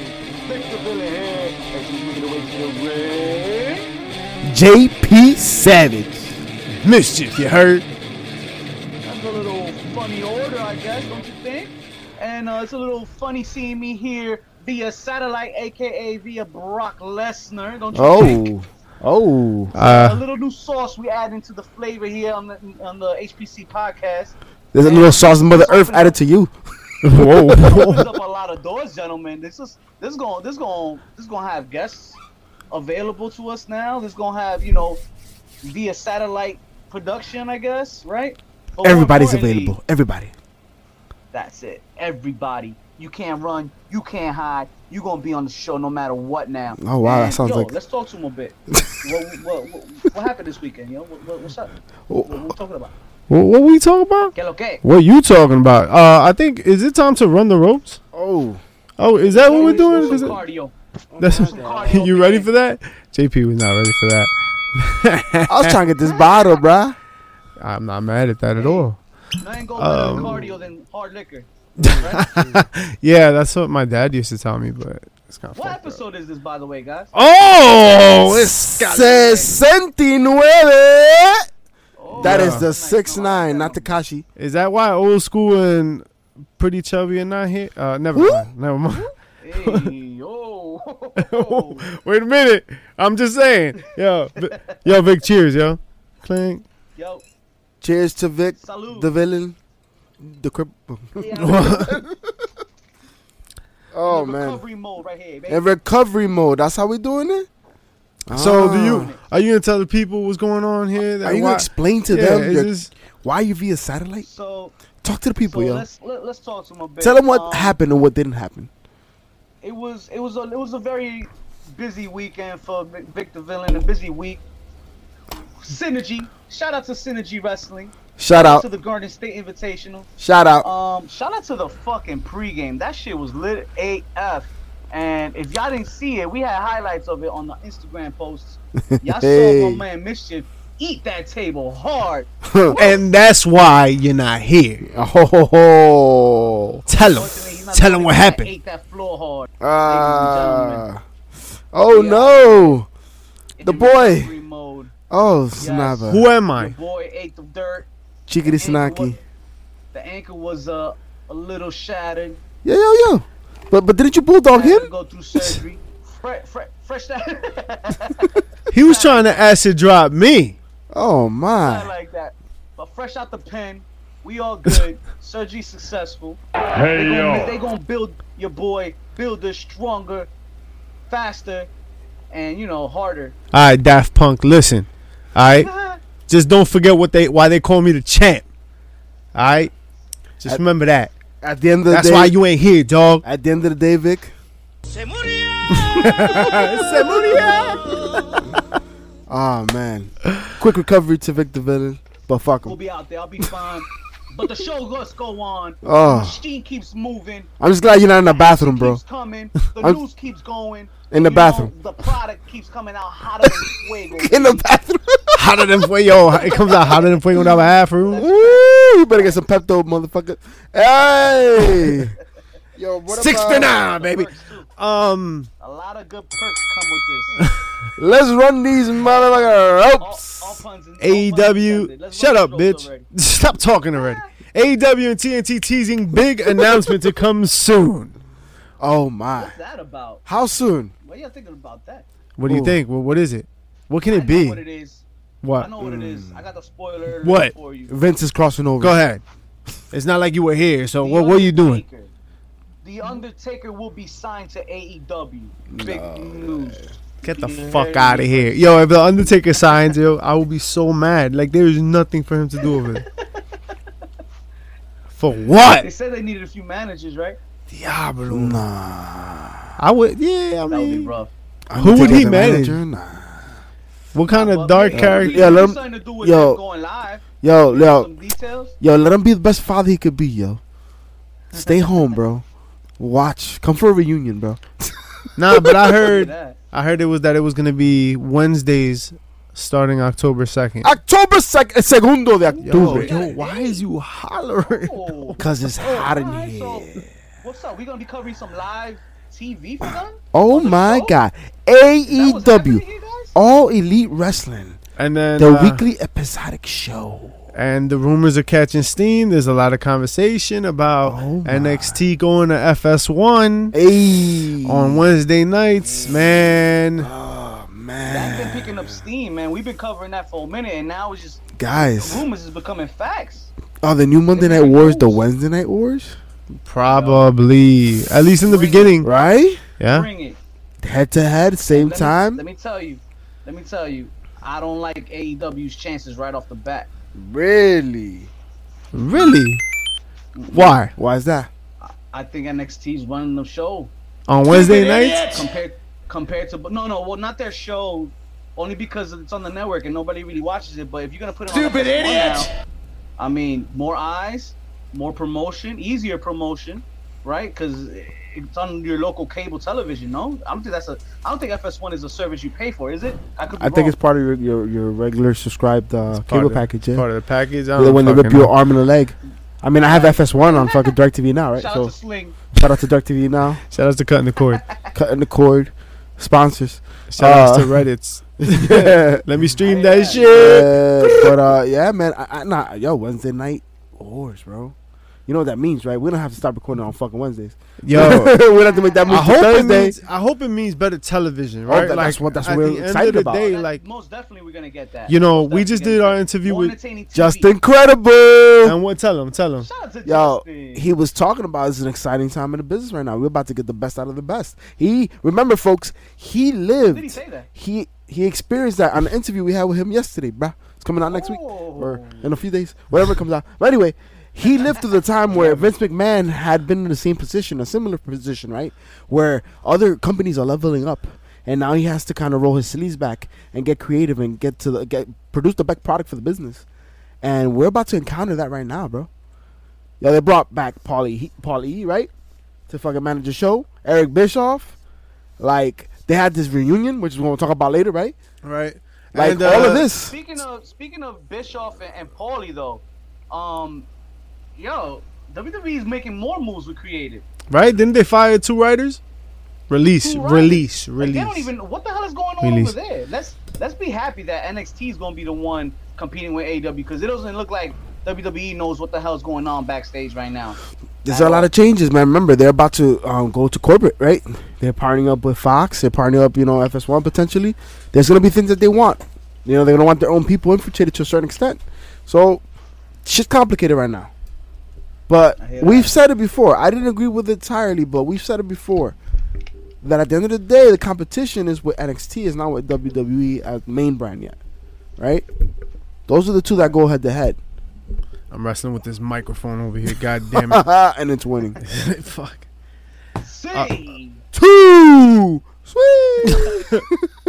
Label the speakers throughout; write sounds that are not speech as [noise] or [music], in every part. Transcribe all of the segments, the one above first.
Speaker 1: It's the Billy Head, and we make it away to the ring.
Speaker 2: JP Savage. Mischief, you heard?
Speaker 1: That's a little funny order, I guess, don't you think? And uh, it's a little funny seeing me here via satellite, aka via Brock Lesnar, don't you think?
Speaker 2: Oh. Oh.
Speaker 3: Uh,
Speaker 1: A little new sauce we add into the flavor here on the on the HPC
Speaker 2: [laughs]
Speaker 1: podcast.
Speaker 2: There's a little sauce of Mother Earth added to you. Whoa. [laughs]
Speaker 1: opens up a lot of doors, gentlemen. This is this going this going this going to have guests available to us now. This going to have you know via satellite production, I guess, right? But more
Speaker 2: Everybody's
Speaker 1: importantly,
Speaker 2: available. Everybody.
Speaker 1: That's it. Everybody, you can't run, you can't hide. You gonna be on the show no matter what now.
Speaker 2: Oh, wow, that
Speaker 1: And,
Speaker 2: sounds
Speaker 1: yo,
Speaker 2: like-
Speaker 1: Let's talk to him a
Speaker 2: [laughs]
Speaker 1: bit. what, what, what, what happened this weekend, yo? What, what, what's up? What, what we talking about?
Speaker 3: what, what we talking about?
Speaker 1: Que lo que?
Speaker 3: What you talking about? Uh, I think is it time to run the ropes?
Speaker 2: Oh.
Speaker 3: Oh, is that what we're doing?
Speaker 1: Some
Speaker 3: Is it-
Speaker 1: cardio.
Speaker 3: That's [laughs] you ready for that? JP was not ready for that.
Speaker 2: I
Speaker 1: Eh.
Speaker 2: was trying to
Speaker 1: [laughs]
Speaker 2: get this bottle, bruh.
Speaker 3: I'm not mad at that at all.
Speaker 1: Nothing goes better
Speaker 2: Um,
Speaker 1: than cardio than hard
Speaker 2: [laughs]
Speaker 1: liquor.
Speaker 3: Yeah, that's what my dad used to tell me, but it's kind of
Speaker 1: What
Speaker 3: fucked up.
Speaker 1: episode is this, by the way, guys?
Speaker 3: Oh, it's got
Speaker 2: Sesenta
Speaker 1: Oh,
Speaker 2: That is
Speaker 3: Yeah.
Speaker 2: the six nine, not Takashi.
Speaker 3: Is that why old school and pretty chubby and not here? Uh, never
Speaker 2: Who?
Speaker 3: mind. Never mind.
Speaker 1: Hey, yo. [laughs]
Speaker 3: [laughs] Wait a minute. I'm just saying. Yo, Vi- yo, big cheers, yo. [laughs] Clink.
Speaker 1: yo,
Speaker 2: Cheers to Vic,
Speaker 1: salute.
Speaker 2: the villain, the crip. [laughs] Oh man,
Speaker 1: Recovery mode right here, baby.
Speaker 2: in recovery mode. That's how we doing it.
Speaker 3: So, do
Speaker 2: Ah.
Speaker 3: you are you gonna tell the people what's going on here? That
Speaker 2: Are you
Speaker 3: why-
Speaker 2: gonna explain to
Speaker 3: Yeah,
Speaker 2: them
Speaker 3: is
Speaker 2: your-
Speaker 3: this-
Speaker 2: why you via satellite?
Speaker 1: so,
Speaker 2: Talk to the
Speaker 1: so
Speaker 2: people, yo.
Speaker 1: let's let, let's talk to him a bit.
Speaker 2: Tell them what
Speaker 1: Um,
Speaker 2: happened and what didn't happen.
Speaker 1: It was it was a it was a very busy weekend for Vic- Victor Villain. A busy week. Synergy. Shout out to Synergy Wrestling.
Speaker 2: Shout
Speaker 1: To
Speaker 2: out,
Speaker 1: the Garden State Invitational.
Speaker 2: shout out.
Speaker 1: Um, shout out to the fucking pregame. That shit was lit AF. And if y'all didn't see it, we had highlights of it on the Instagram posts. Y'all saw
Speaker 2: Hey.
Speaker 1: my man Mischief eat that table hard.
Speaker 2: [laughs]
Speaker 3: And that's why you're not here.
Speaker 2: Oh, ho, ho.
Speaker 3: Tell
Speaker 1: Unfortunately, he's
Speaker 3: them. Tell
Speaker 1: not the
Speaker 3: them
Speaker 1: only
Speaker 3: what
Speaker 1: guy that
Speaker 3: happened.
Speaker 1: Ate that floor hard.
Speaker 2: Ah. oh
Speaker 1: Yeah.
Speaker 2: no.
Speaker 1: In
Speaker 2: The
Speaker 1: recovery
Speaker 2: boy.
Speaker 1: Mode.
Speaker 2: Oh snabba.
Speaker 3: Who am
Speaker 1: The
Speaker 3: I?
Speaker 1: boy ate the dirt.
Speaker 2: Chickity
Speaker 1: Ankle
Speaker 2: snacky.
Speaker 1: was- The ankle was uh, a little shattered.
Speaker 2: Yo yo yo. But but didn't you bulldog
Speaker 1: Had to
Speaker 2: Oh, him?
Speaker 1: go through surgery. Fre- fre- fresh [laughs] that.
Speaker 3: He was trying to acid drop me.
Speaker 2: Oh
Speaker 1: I
Speaker 2: my.
Speaker 1: like that. But fresh out the pen, we all good.
Speaker 2: [laughs]
Speaker 1: Surgery successful. Hey they gonna, They gonna build your boy, builder stronger, faster, and you know harder.
Speaker 3: All right, Daft Punk, listen. All right, just don't forget what they why they call me the champ. All right, just remember that.
Speaker 2: At the end of the
Speaker 3: That's
Speaker 2: day.
Speaker 3: why you ain't here, dog.
Speaker 2: At the end of the day, Vic. [laughs] [laughs] Oh man. Quick recovery to Vic the villain. But fuck
Speaker 1: We'll
Speaker 2: him.
Speaker 1: be out there. I'll be fine. but the show must go on.
Speaker 2: Oh.
Speaker 1: Machine keeps moving.
Speaker 2: I'm just glad you're not in the bathroom, bro.
Speaker 1: Keeps coming. The
Speaker 2: I'm-
Speaker 1: news keeps going.
Speaker 2: In
Speaker 1: You
Speaker 2: the
Speaker 1: know,
Speaker 2: bathroom.
Speaker 1: the product keeps coming out hotter than
Speaker 3: [laughs]
Speaker 1: fuego.
Speaker 2: In the [laughs] bathroom.
Speaker 3: hotter than fuego. It comes out hotter than fuego in our half room.
Speaker 2: Ooh, you better get some Pepto, motherfucker. Hey. [laughs] Yo, what
Speaker 3: Six
Speaker 2: about-
Speaker 3: to nine, baby.
Speaker 1: Perks, too.
Speaker 3: Um,
Speaker 1: A lot of good perks come with
Speaker 3: [laughs]
Speaker 1: this.
Speaker 2: Let's run these motherfucker
Speaker 1: All,
Speaker 2: ropes.
Speaker 1: all puns and- all puns intended.
Speaker 3: AEW.
Speaker 1: Let's
Speaker 3: Shut
Speaker 1: run
Speaker 3: up,
Speaker 1: the jokes
Speaker 3: bitch.
Speaker 1: already.
Speaker 3: [laughs] Stop talking already. AEW and TNT teasing
Speaker 1: [laughs]
Speaker 3: big announcement to come soon.
Speaker 2: Oh my.
Speaker 1: What's that about?
Speaker 2: How soon?
Speaker 1: What y'all thinking about that?
Speaker 3: What do you
Speaker 2: Ooh.
Speaker 3: think? Well, what is it? What can
Speaker 1: I
Speaker 3: it be?
Speaker 1: know what it is. I
Speaker 3: What?
Speaker 1: know what it is. I got the spoiler alert
Speaker 3: What?
Speaker 1: for you.
Speaker 2: Vince is crossing over.
Speaker 3: Go ahead. It's not like you were here, so
Speaker 1: The
Speaker 3: what what are you doing?
Speaker 1: Undertaker- The Undertaker will be signed to AEW. Big news.
Speaker 3: Get the
Speaker 1: Yeah.
Speaker 3: fuck out of here. Yo, if the Undertaker signs, yo, I will be so mad. Like there is nothing for him to do over
Speaker 1: [laughs]
Speaker 3: there. For
Speaker 1: They
Speaker 3: what?
Speaker 1: said they needed a few managers, right?
Speaker 3: Diablo.
Speaker 2: Nah.
Speaker 3: I would yeah, I
Speaker 1: That would be
Speaker 3: mean
Speaker 1: rough.
Speaker 3: Who would he
Speaker 2: Undertaker
Speaker 3: manage?
Speaker 2: manager? Nah.
Speaker 3: What kind
Speaker 1: But
Speaker 3: of dark
Speaker 1: maybe
Speaker 3: character?
Speaker 1: [laughs]
Speaker 2: Yeah,
Speaker 1: it
Speaker 2: let
Speaker 1: has
Speaker 2: him-
Speaker 1: something to do with
Speaker 2: yo.
Speaker 1: them going live.
Speaker 2: Yo, yo,
Speaker 1: Some details.
Speaker 2: yo, let him be the best father he could be, yo. Stay home, bro. Watch. Come for a reunion, bro.
Speaker 3: Nah, but I heard
Speaker 1: That.
Speaker 3: [laughs] I heard it was that it was gonna be Wednesdays starting October second.
Speaker 2: October sec- eh, segundo de octubre.
Speaker 3: yo, why is you hollering?
Speaker 1: Oh.
Speaker 2: [laughs] Cause it's hot in
Speaker 1: Alright, so
Speaker 2: here.
Speaker 1: what's up? We're gonna be covering some live TV for them?
Speaker 2: Oh
Speaker 1: On the
Speaker 2: my
Speaker 1: show?
Speaker 2: God.
Speaker 1: That
Speaker 2: E
Speaker 1: was happening
Speaker 2: AEW,
Speaker 1: here, guys?
Speaker 2: All Elite Wrestling,
Speaker 3: And then
Speaker 2: the
Speaker 3: uh,
Speaker 2: weekly episodic show.
Speaker 3: and the rumors are catching steam. There's a lot of conversation about
Speaker 2: Oh my.
Speaker 3: NXT going to FS1
Speaker 2: Hey.
Speaker 3: on Wednesday nights. Man,
Speaker 2: Oh
Speaker 1: That's been
Speaker 2: man,
Speaker 1: picking up steam, man. We've been covering that for a minute, and now it's just
Speaker 2: guys,
Speaker 1: rumors is becoming facts.
Speaker 2: are Oh, the new Monday Night Wars the Wednesday Night Wars?
Speaker 3: probably at least in the
Speaker 1: Bring it.
Speaker 3: beginning.
Speaker 2: Right,
Speaker 3: Yeah,
Speaker 1: Bring it.
Speaker 2: head to head, same
Speaker 1: Let me-
Speaker 2: time.
Speaker 1: let me tell you. Let me tell you. I don't like AEW's chances right off the bat.
Speaker 2: Really?
Speaker 3: really? Why
Speaker 2: Why is that?
Speaker 1: I think NXT's running the show
Speaker 3: on Wednesday nights?
Speaker 1: compared compared to no no well not their show only because it's on the network and nobody really watches it. But if you're gonna put it on
Speaker 4: Stupid
Speaker 1: FS1
Speaker 4: idiot!
Speaker 1: now, I mean more eyes, more promotion, easier promotion, right? Because it's on your local cable television. No, I don't think that's a. I don't think FS1 is a service you pay for, is it? I could. Be
Speaker 2: I think
Speaker 1: wrong.
Speaker 2: it's part of your your, your regular subscribed uh,
Speaker 3: part
Speaker 2: cable
Speaker 3: of-
Speaker 2: package. Yeah.
Speaker 3: Part of the package. I
Speaker 2: When they-
Speaker 3: don't
Speaker 2: when they rip
Speaker 3: fucking
Speaker 2: your
Speaker 3: know.
Speaker 2: arm and a leg. I mean, I have FS1 on fucking DirecTV now, right?
Speaker 1: Shout out
Speaker 2: So
Speaker 1: to Sling.
Speaker 2: shout out to
Speaker 3: [laughs]
Speaker 2: DirecTV now.
Speaker 3: Shout out to cutting the cord.
Speaker 2: Cutting the cord,
Speaker 3: [laughs]
Speaker 2: sponsors. [laughs]
Speaker 3: Shout out
Speaker 2: Uh,
Speaker 3: to Reddit's.
Speaker 2: yeah,
Speaker 3: Let me stream
Speaker 1: Yeah.
Speaker 3: that
Speaker 2: [laughs]
Speaker 3: shit.
Speaker 2: but uh, yeah, man. I, I nah, yo Wednesday night wars, bro. You know what that means, right? We don't have to stop recording on fucking Wednesdays.
Speaker 3: [laughs] Yo,
Speaker 2: [laughs] we don't have to make that move
Speaker 3: I
Speaker 2: to
Speaker 3: hope
Speaker 2: Thursday.
Speaker 3: it means I hope it means better television, right?
Speaker 2: Oh, that- that's what- that's
Speaker 3: at
Speaker 2: what we're
Speaker 3: the end
Speaker 2: excited
Speaker 3: of the
Speaker 2: about.
Speaker 3: day,
Speaker 1: That-
Speaker 3: like
Speaker 1: most definitely we're gonna get that.
Speaker 3: you know,
Speaker 1: Most
Speaker 3: we
Speaker 1: definitely
Speaker 3: just
Speaker 1: gonna
Speaker 3: did
Speaker 1: get
Speaker 3: our
Speaker 1: that.
Speaker 3: interview
Speaker 1: More
Speaker 3: with
Speaker 1: entertaining TV.
Speaker 2: Just
Speaker 3: [laughs]
Speaker 2: incredible.
Speaker 3: and what? Tell him, tell him.
Speaker 1: Shout out to
Speaker 2: Yo,
Speaker 1: Justin.
Speaker 2: he was talking about it's an exciting time in the business right now. We're about to get the best out of the best. He remember, folks, he lived.
Speaker 1: Did he say that?
Speaker 2: He he experienced that on the interview we had with him yesterday, bruh. It's coming out next week or
Speaker 1: Oh.
Speaker 2: in a few days, whatever it comes out. But anyway,
Speaker 3: [laughs]
Speaker 2: he lived through the time where Vince McMahon had been in the same position, a similar position, right? Where other companies are leveling up, and now he has to kind of roll his sleeves back and get creative and get to the get produce the best product for the business. And we're about to encounter that right now, bro. Yeah, they brought back Paulie, he, Paulie, E, right, to fucking manage the show. Eric Bischoff, like they had this reunion, which we're gonna talk about later, right?
Speaker 3: Right,
Speaker 2: Like
Speaker 3: And,
Speaker 2: all
Speaker 3: uh,
Speaker 2: of this.
Speaker 1: Speaking of speaking of Bischoff and, and Paulie though, um, yo, WWE is making more moves with creative.
Speaker 3: Right? Didn't they fire two writers? Release,
Speaker 1: Two writers.
Speaker 3: release,
Speaker 1: Like, they
Speaker 3: release.
Speaker 1: don't even what the hell is going on
Speaker 3: Release.
Speaker 1: over there. Let's let's be happy that NXT is gonna be the one competing with AW because it doesn't look like WWE knows what the hell's going on backstage right now.
Speaker 2: There's a lot of changes, man. Remember, they're about to um, go to corporate, right? They're partnering up with Fox. They're partnering up, you know, FS1 potentially. There's gonna be things that they want. You know, they're gonna want their own people infiltrated to a certain extent. So, shit's complicated right now. But
Speaker 1: I hear
Speaker 2: we've
Speaker 1: that.
Speaker 2: said it before. I didn't agree with it entirely, but we've said it before. That at the end of the day, the competition is with NXT, is not with WWE as main brand yet, right? Those are the two that go head to head, [laughs]
Speaker 3: I'm wrestling with this microphone over here. God damn it!
Speaker 2: and it's
Speaker 1: [laughs]
Speaker 2: winning. [laughs]
Speaker 3: [laughs] Fuck. Uh,
Speaker 1: See,
Speaker 2: two. Sweet.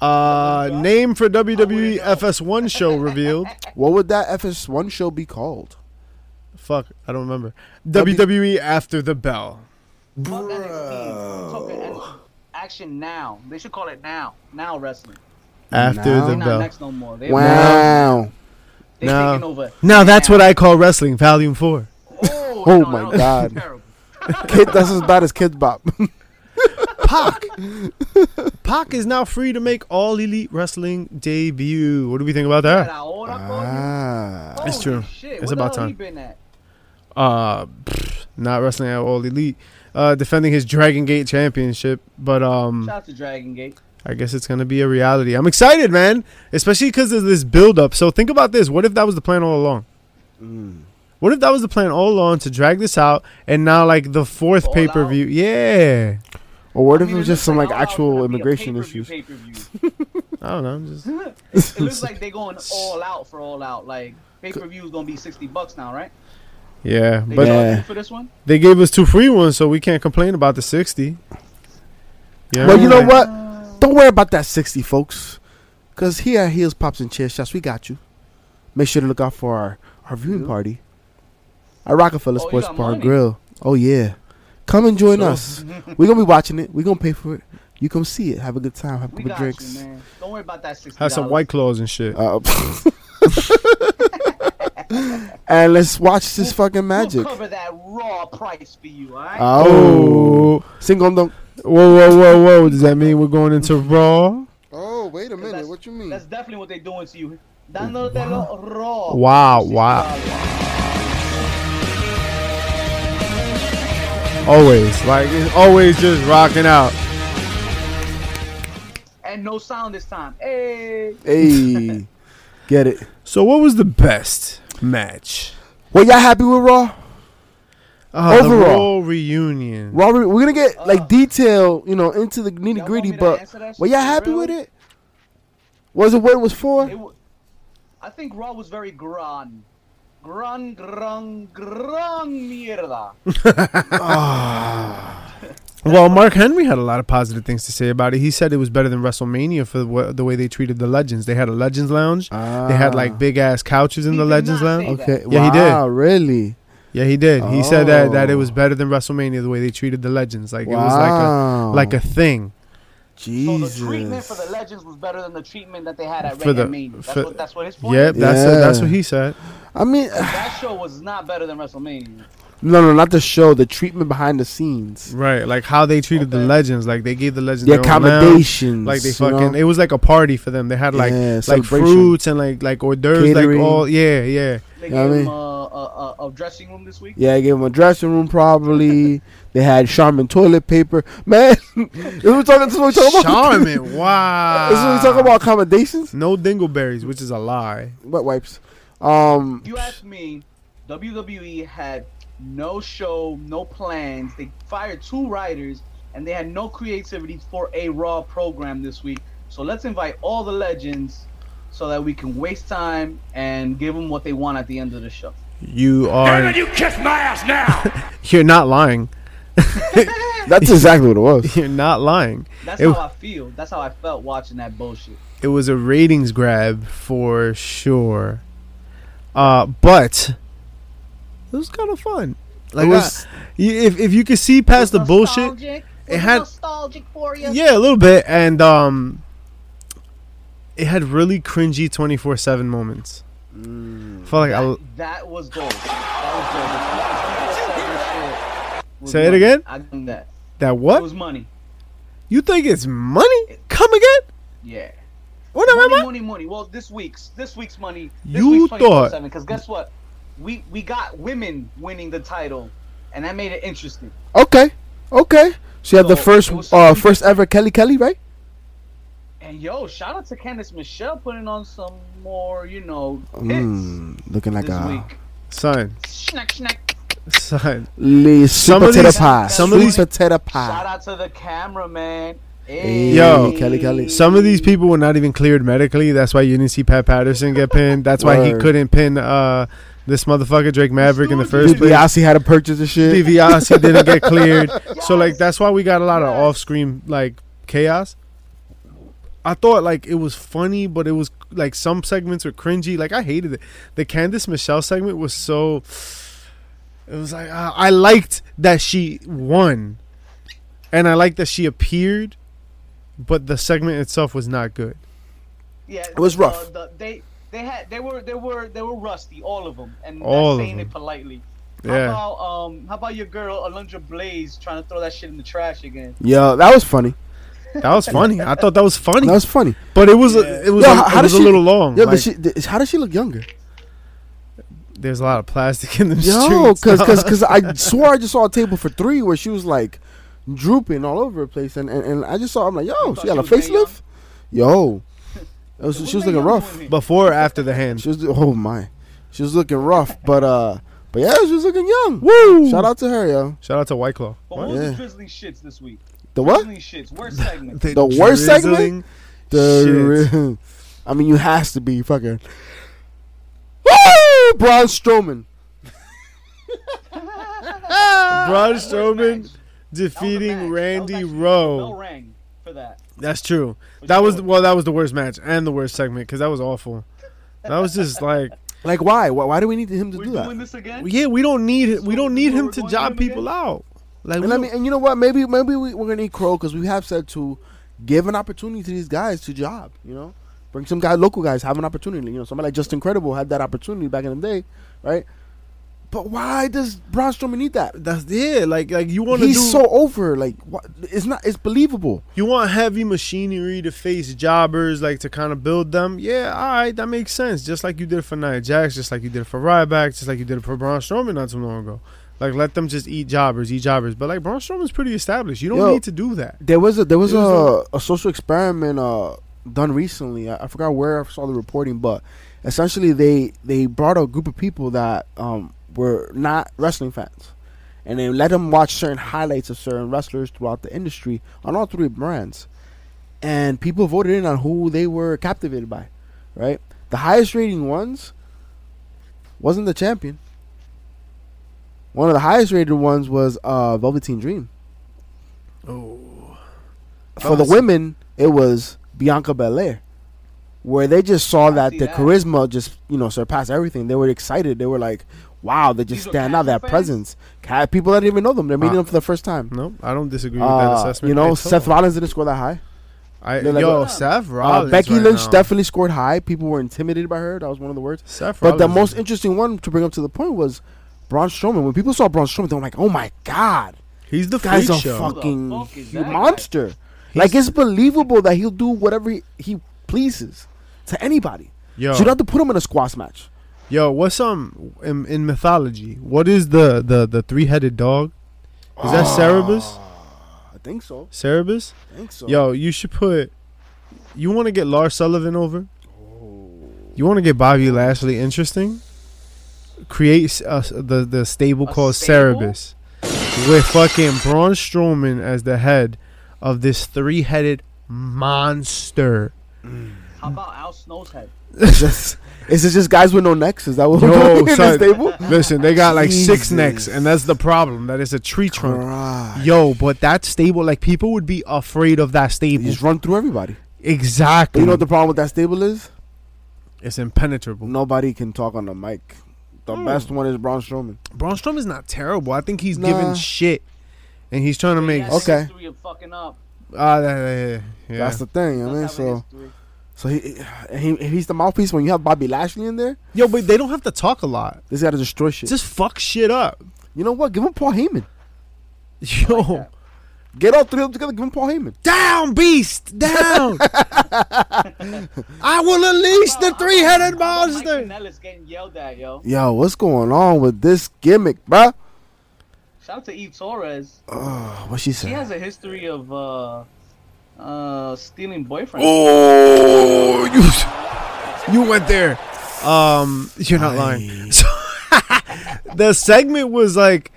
Speaker 3: Uh, name for E WWE FS1 show revealed.
Speaker 2: what would that FS1 show be called?
Speaker 3: Fuck, I don't remember. WWE after the bell.
Speaker 1: fuck NXT. Talking NXT. Action now. They should call it now. Now wrestling.
Speaker 3: After
Speaker 2: Now-
Speaker 3: the
Speaker 1: They're not
Speaker 3: bell.
Speaker 1: next no more. They,
Speaker 2: Wow.
Speaker 1: They
Speaker 3: No.
Speaker 1: taking over.
Speaker 3: Now that's what I call wrestling, Volume Four.
Speaker 1: Oh,
Speaker 2: Oh
Speaker 1: no,
Speaker 2: my
Speaker 1: that was
Speaker 2: God.
Speaker 1: terrible.
Speaker 2: Kid, that's as bad as Kid Bop.
Speaker 1: [laughs]
Speaker 3: Pac. [laughs] Pac is now free to make all elite wrestling debut. What do we think about
Speaker 1: That
Speaker 3: that?
Speaker 1: old, I call you.
Speaker 2: ah.
Speaker 3: It's true.
Speaker 1: Holy Shit.
Speaker 3: It's
Speaker 1: Where the
Speaker 3: about
Speaker 1: hell he
Speaker 3: time.
Speaker 1: been at?
Speaker 3: Uh, pfft, not wrestling at all elite. Uh, defending his Dragon Gate championship, but um,
Speaker 1: Shout out to Dragon Gate.
Speaker 3: I guess it's gonna be a reality. I'm excited, man, especially because of this build up. So think about this: what if that was the plan all along?
Speaker 2: Mm.
Speaker 3: What if that was the plan all along to drag this out, and now like the fourth
Speaker 1: All
Speaker 3: pay per view? Yeah,
Speaker 2: Or what if
Speaker 1: I
Speaker 2: it
Speaker 1: mean,
Speaker 2: was just
Speaker 1: looks
Speaker 2: some like
Speaker 1: all out
Speaker 2: actual
Speaker 1: gonna be a
Speaker 2: immigration
Speaker 1: pay-per-view,
Speaker 2: issues? [laughs]
Speaker 1: pay-per-view.
Speaker 3: I don't know. I'm just
Speaker 1: it, it looks like they're going all out for all out. Like pay per view is gonna be sixty bucks now, right?
Speaker 3: yeah,
Speaker 1: They
Speaker 3: but
Speaker 1: charge
Speaker 2: Yeah.
Speaker 1: you for this one.
Speaker 3: they gave us two free ones, so we can't complain about the sixty. Yeah,
Speaker 2: Well, you know what? Don't worry about that 60, folks. Because here at Heels, Pops, and Chair Shots, we got you. Make sure to look out for our, our viewing party at Rockefeller
Speaker 1: Oh, you
Speaker 2: Sports
Speaker 1: got
Speaker 2: Bar and
Speaker 1: money.
Speaker 2: Grill. Oh, yeah. Come and join
Speaker 3: So-
Speaker 1: [laughs]
Speaker 2: us. We're going to be watching it. We're going to pay for it. You come see it. Have a good time. Have a
Speaker 1: We
Speaker 2: couple
Speaker 1: got
Speaker 2: drinks.
Speaker 1: you, man. Don't worry about that sixty.
Speaker 3: Have some white claws and shit.
Speaker 2: Uh, [laughs] and let's watch this fucking magic. Uh,
Speaker 1: We'll cover that raw price for you, alright?
Speaker 2: Oh, Singondong.
Speaker 3: Whoa, whoa, whoa, whoa! Does that mean we're going into Raw?
Speaker 4: Oh, wait a minute.
Speaker 1: that's-
Speaker 4: What you mean?
Speaker 1: That's definitely what they're doing to you. Dándotelo raw.
Speaker 3: Wow, wow! Always, like it's always, just rocking out.
Speaker 1: And no sound this time. Hey. [laughs]
Speaker 2: Hey, get it.
Speaker 3: So, what was the best match?
Speaker 2: Well, y'all happy with Raw?
Speaker 3: Uh, the
Speaker 2: Overall.
Speaker 3: Raw reunion.
Speaker 2: Raw, we're gonna get like detail, you know, into the nitty gritty.
Speaker 1: Uh. me to
Speaker 2: But
Speaker 1: answer that
Speaker 2: were y'all
Speaker 1: shit for
Speaker 2: happy
Speaker 1: real?
Speaker 2: with it? Was it what it was for?
Speaker 1: It wa- I think Raw was very gran. Gran, gran, gran mierda.
Speaker 3: Well, Mark Henry had a lot of positive things to say about it. He said it was better than WrestleMania for the, wa- the way they treated the legends. They had a Legends Lounge. They had like big ass couches in
Speaker 1: He
Speaker 3: the
Speaker 1: did
Speaker 3: Legends
Speaker 1: not say
Speaker 3: Lounge.
Speaker 1: that.
Speaker 2: Ah. Okay.
Speaker 3: Yeah, he did.
Speaker 2: wow, Really?
Speaker 3: Yeah, he did. He said that that it
Speaker 2: Oh.
Speaker 3: was better than WrestleMania the way they treated the legends. Like it was
Speaker 2: Wow.
Speaker 3: like a like a thing.
Speaker 1: So
Speaker 2: Jesus.
Speaker 1: the treatment for the legends was better than the treatment that they had at
Speaker 3: For the-
Speaker 1: WrestleMania. That's,
Speaker 3: for-
Speaker 1: what, that's what his point.
Speaker 3: Yep,
Speaker 1: is.
Speaker 3: that's that's
Speaker 2: Yeah.
Speaker 3: what he said.
Speaker 2: I mean,
Speaker 1: That show was not better than WrestleMania.
Speaker 2: no, no, not the show. The treatment behind the scenes.
Speaker 3: Right, like how they treated the
Speaker 1: Okay.
Speaker 3: legends. Like Mm. they gave the legends
Speaker 2: The
Speaker 3: their own lounge.
Speaker 2: accommodations.
Speaker 3: Like they
Speaker 2: you
Speaker 3: fucking,
Speaker 2: know?
Speaker 3: it was like a party for them. They had like
Speaker 2: Yeah,
Speaker 3: like
Speaker 2: celebration.
Speaker 3: fruits and like like hors d'oeuvres,
Speaker 2: Catering.
Speaker 3: like all yeah
Speaker 2: [laughs]
Speaker 3: yeah.
Speaker 1: They
Speaker 2: Yeah, I
Speaker 1: gave
Speaker 2: mean-
Speaker 1: him a, a, a dressing room this week.
Speaker 2: Yeah, I gave him a dressing room
Speaker 3: [laughs]
Speaker 2: probably. they had Charmin toilet paper. Man, [laughs] this what we talking, this what we talking about.
Speaker 3: Charmin, wow.
Speaker 2: [laughs] This what we talking about accommodations,
Speaker 3: No dingleberries, which is a lie.
Speaker 2: wet wipes. Um,
Speaker 1: If you ask me, WWE had no show, no plans. They fired two writers, and they had no creativity for a Raw program this week. So let's invite all the legends so that we can waste time and give them what they want at the end of the show.
Speaker 3: You are. you kiss my ass now. [laughs] You're not lying. [laughs]
Speaker 2: that's exactly what it was.
Speaker 3: You're not lying.
Speaker 1: That's
Speaker 3: It-
Speaker 1: how I feel. That's how I felt watching that bullshit.
Speaker 3: it was a ratings grab for sure. Uh, but it was kind of fun. [laughs] Like
Speaker 2: It was-
Speaker 3: I- y- if if you could see past the bullshit, it had yeah, a little bit, and um, it had really cringy twenty four seven moments. Felt like I,
Speaker 1: That was gold. That was gold. The 24/7 shit was
Speaker 3: Say it
Speaker 1: money.
Speaker 3: again?
Speaker 1: I done that.
Speaker 3: that
Speaker 1: It
Speaker 3: what
Speaker 1: was money.
Speaker 3: you think it's money? Come again?
Speaker 1: Yeah.
Speaker 3: What am I?
Speaker 1: money,
Speaker 3: mon-
Speaker 1: money, money. Well, this week's this week's money. This
Speaker 3: You
Speaker 1: week's
Speaker 3: thought-
Speaker 1: because guess what? We we got women winning the title, and that made it interesting.
Speaker 2: Okay, okay. So you have the
Speaker 1: So,
Speaker 2: first,
Speaker 1: it was-
Speaker 2: uh, first ever Kelly Kelly, right?
Speaker 1: And yo, shout out to Candice Michelle putting on some more, you know, hits
Speaker 2: Mm, looking like
Speaker 1: this
Speaker 2: a
Speaker 1: week.
Speaker 3: Son,
Speaker 1: Snack, snack.
Speaker 3: son,
Speaker 2: Le-
Speaker 3: Some
Speaker 2: sweet
Speaker 3: of
Speaker 2: potato
Speaker 3: these-
Speaker 2: pie.
Speaker 1: some
Speaker 2: sweet
Speaker 1: of these-
Speaker 2: potato
Speaker 1: Shout
Speaker 2: pie.
Speaker 1: out to the cameraman.
Speaker 2: Hey,
Speaker 3: Yo.
Speaker 2: Kelly Kelly.
Speaker 3: Some of these people were not even cleared medically. That's why you didn't see Pat Patterson get pinned. That's why he
Speaker 2: Word.
Speaker 3: couldn't pin uh, this motherfucker Drake Maverick in the first place.
Speaker 2: DiBiase had to purchase the shit.
Speaker 3: DiBiase didn't get cleared. So like that's why we got a lot of off-screen like chaos. I thought like it was funny, but it was like some segments were cringy. Like I hated it. The Candice Michelle segment was so. It was like uh, I liked that she won, and I liked that she appeared, but the segment itself was not good.
Speaker 1: Yeah, it
Speaker 2: was rough.
Speaker 1: The, they they had they were they were they were rusty, all of them, and
Speaker 3: All of
Speaker 1: that's saying
Speaker 3: them.
Speaker 1: it politely.
Speaker 3: Yeah.
Speaker 1: How about um how about your girl Alundra Blaze trying to throw that shit in the trash again?
Speaker 2: Yo, that was funny.
Speaker 3: That was funny. I thought that was funny,
Speaker 2: That was funny.
Speaker 3: but it was it was
Speaker 2: Yo,
Speaker 3: a,
Speaker 2: how- how
Speaker 3: it was
Speaker 2: does
Speaker 3: a
Speaker 2: she-
Speaker 3: little long.
Speaker 2: Yo,
Speaker 3: Like,
Speaker 2: does she, th- how does she look
Speaker 1: [laughs]
Speaker 2: younger?
Speaker 3: there's a lot of plastic in the
Speaker 2: Yo,
Speaker 3: streets.
Speaker 2: because cause, 'cause I
Speaker 1: [laughs]
Speaker 2: swore I just saw a table for three where she was like drooping all over the place, and, and, and I just saw I'm like, yo,
Speaker 1: You
Speaker 2: she
Speaker 1: thought
Speaker 2: got a
Speaker 1: she was Mae
Speaker 2: facelift. Yo,
Speaker 1: [laughs]
Speaker 2: It was-
Speaker 1: What
Speaker 2: she was
Speaker 1: the
Speaker 2: looking
Speaker 1: young
Speaker 2: rough.
Speaker 1: women?
Speaker 3: Before or after the hand?
Speaker 2: She was oh my, she was looking rough, but uh, but yeah, she was looking young.
Speaker 3: Woo!
Speaker 2: Shout out to her, yo.
Speaker 3: Shout out to White Claw.
Speaker 1: But what was
Speaker 2: Yeah.
Speaker 1: the drizzling shits this week?
Speaker 2: The what?
Speaker 1: Drizzling shits, worst
Speaker 3: [laughs]
Speaker 1: segment.
Speaker 2: The worst
Speaker 3: drizzling
Speaker 2: The
Speaker 3: shit.
Speaker 2: re- [laughs] I mean, you has to be fucking. Woo! Braun Strowman. Ah!
Speaker 3: Braun Strowman
Speaker 1: match.
Speaker 3: defeating Randy
Speaker 1: No
Speaker 3: Rowe.
Speaker 1: rang for that.
Speaker 3: That's true.
Speaker 1: For
Speaker 3: That was
Speaker 1: sure.
Speaker 3: well. That was the worst match and the worst segment because that was awful. That was just like,
Speaker 2: Like, why? Why, why do we need him to
Speaker 1: We're
Speaker 2: do
Speaker 1: doing
Speaker 2: that?
Speaker 1: this again.
Speaker 3: yeah, we don't need we don't need him
Speaker 1: We're
Speaker 3: to
Speaker 1: going
Speaker 3: job
Speaker 1: to him
Speaker 3: people
Speaker 1: again?
Speaker 3: out. Like, we
Speaker 2: And I
Speaker 3: don't-
Speaker 2: mean, and you know what? Maybe maybe we, we're gonna need Crow because we have said to give an opportunity to these guys to job. You know, Bring some guy, local guys, have an opportunity. You know, somebody like Justin Credible had that opportunity back in the day, right? But why does Braun Strowman need that?
Speaker 3: That's it. Like like you want to
Speaker 2: He's
Speaker 3: do
Speaker 2: so over. Like what? it's not. It's believable.
Speaker 3: you want heavy machinery to face jobbers, like to kind of build them. Yeah, all right, that makes sense. Just like you did for Nia Jax, just like you did for Ryback, just like you did for Braun Strowman not too long ago. Like let them just eat jobbers, eat jobbers. But like Braun Strowman's pretty established. You don't
Speaker 2: Yo.
Speaker 3: need to do that.
Speaker 2: There was a there was,
Speaker 3: It was
Speaker 2: a, a social experiment uh, done recently. I, I forgot where I saw the reporting, but essentially they they brought a group of people that um, were not wrestling fans, and they let them watch certain highlights of certain wrestlers throughout the industry on all three brands, and people voted in on who they were captivated by, right? The highest rating ones wasn't the champion. One of the highest rated ones was uh, Velveteen Dream.
Speaker 3: Oh,
Speaker 2: for the
Speaker 3: Awesome.
Speaker 2: women, it was Bianca Belair, where they just saw that
Speaker 1: see
Speaker 2: the
Speaker 1: that.
Speaker 2: charisma just you know surpassed everything. They were excited. They were like, "Wow!" They just
Speaker 1: These are
Speaker 2: stand out.
Speaker 1: casual
Speaker 2: That
Speaker 1: fans?
Speaker 2: presence. Ca- People that didn't even know them, they're meeting
Speaker 3: Uh,
Speaker 2: them for the first time.
Speaker 3: no, I don't disagree with that
Speaker 2: Uh,
Speaker 3: assessment.
Speaker 2: you know,
Speaker 3: at
Speaker 2: Seth
Speaker 3: all.
Speaker 2: Rollins didn't score that high.
Speaker 3: I,
Speaker 2: they're like,
Speaker 3: yo,
Speaker 1: uh,
Speaker 3: Seth
Speaker 2: Uh,
Speaker 3: Rollins.
Speaker 2: Becky
Speaker 3: right
Speaker 2: Lynch
Speaker 3: now.
Speaker 2: definitely scored high. People were intimidated by her. That was one of the words.
Speaker 3: Seth
Speaker 2: But the
Speaker 3: Rollins
Speaker 2: most
Speaker 3: is-
Speaker 2: interesting one to bring up to the point was Braun Strowman. When people saw Braun Strowman, they were like, "Oh my god!"
Speaker 3: he's the freak
Speaker 2: guy's a
Speaker 3: show.
Speaker 2: fucking
Speaker 1: Who the fuck is
Speaker 2: hu-
Speaker 1: that guy?
Speaker 2: monster. like it's believable that he'll do whatever he, he pleases to anybody.
Speaker 3: Yo.
Speaker 2: So you don't have to put him in a squash match.
Speaker 3: Yo, what's um in, in mythology? What is the the the three headed dog? Is that Cerberus?
Speaker 2: Ah. I think so.
Speaker 3: Cerberus?
Speaker 2: I think so.
Speaker 3: Yo, you should put. You want to get Lars Sullivan over?
Speaker 2: Oh.
Speaker 3: You want to get Bobby Lashley interesting? Create uh, the the stable
Speaker 1: A
Speaker 3: called
Speaker 1: stable?
Speaker 3: Cerberus with fucking Braun Strowman as the head of this three headed monster.
Speaker 2: [laughs]
Speaker 1: How about Al Snow's head?
Speaker 2: is, this, is this just guys with no necks? Is that what we're
Speaker 3: Yo,
Speaker 2: doing [laughs] in
Speaker 3: son,
Speaker 2: this table?
Speaker 3: Listen, they got like six
Speaker 2: Jesus.
Speaker 3: necks, and that's the problem. That is a tree trunk.
Speaker 2: Right.
Speaker 3: Yo, but that stable, like people would be afraid of that
Speaker 2: You
Speaker 3: stable.
Speaker 2: just run through everybody.
Speaker 3: Exactly.
Speaker 2: You know what the problem with that stable is?
Speaker 3: it's impenetrable.
Speaker 2: Nobody can talk on the mic. The
Speaker 3: Hmm.
Speaker 2: best one is Braun Strowman.
Speaker 3: Braun Strowman's not terrible. I think he's
Speaker 2: Nah.
Speaker 3: giving shit, and he's trying to
Speaker 1: He
Speaker 3: make.
Speaker 1: has
Speaker 3: Ah,
Speaker 1: a
Speaker 2: Okay.
Speaker 1: history of fucking up.
Speaker 3: yeah, yeah, yeah, yeah.
Speaker 2: That's the thing. I
Speaker 1: Does
Speaker 2: mean,
Speaker 1: have a
Speaker 2: so
Speaker 1: history.
Speaker 2: so he, he he's the mouthpiece. When you have Bobby Lashley in there,
Speaker 3: Yo, but they don't have to talk a lot.
Speaker 2: this guy to destroy shit.
Speaker 3: Just fuck shit up. [laughs]
Speaker 2: you know what? Give him Paul Heyman.
Speaker 3: Yo,
Speaker 1: that.
Speaker 2: Get all three of them together. Give him Paul Heyman.
Speaker 3: down, beast,
Speaker 2: [laughs]
Speaker 3: down. I will unleash the three-headed
Speaker 1: How about Mike
Speaker 3: monster.
Speaker 1: Kanellis getting yelled at, yo.
Speaker 2: Yo, what's going on with this gimmick, bruh?
Speaker 1: Shout out to Eve Torres.
Speaker 2: Uh, what she
Speaker 1: She
Speaker 2: said?
Speaker 1: has a history of uh, uh, stealing boyfriends.
Speaker 3: Oh, you, you went there. Um, you're not lying. [laughs] So, the segment was like,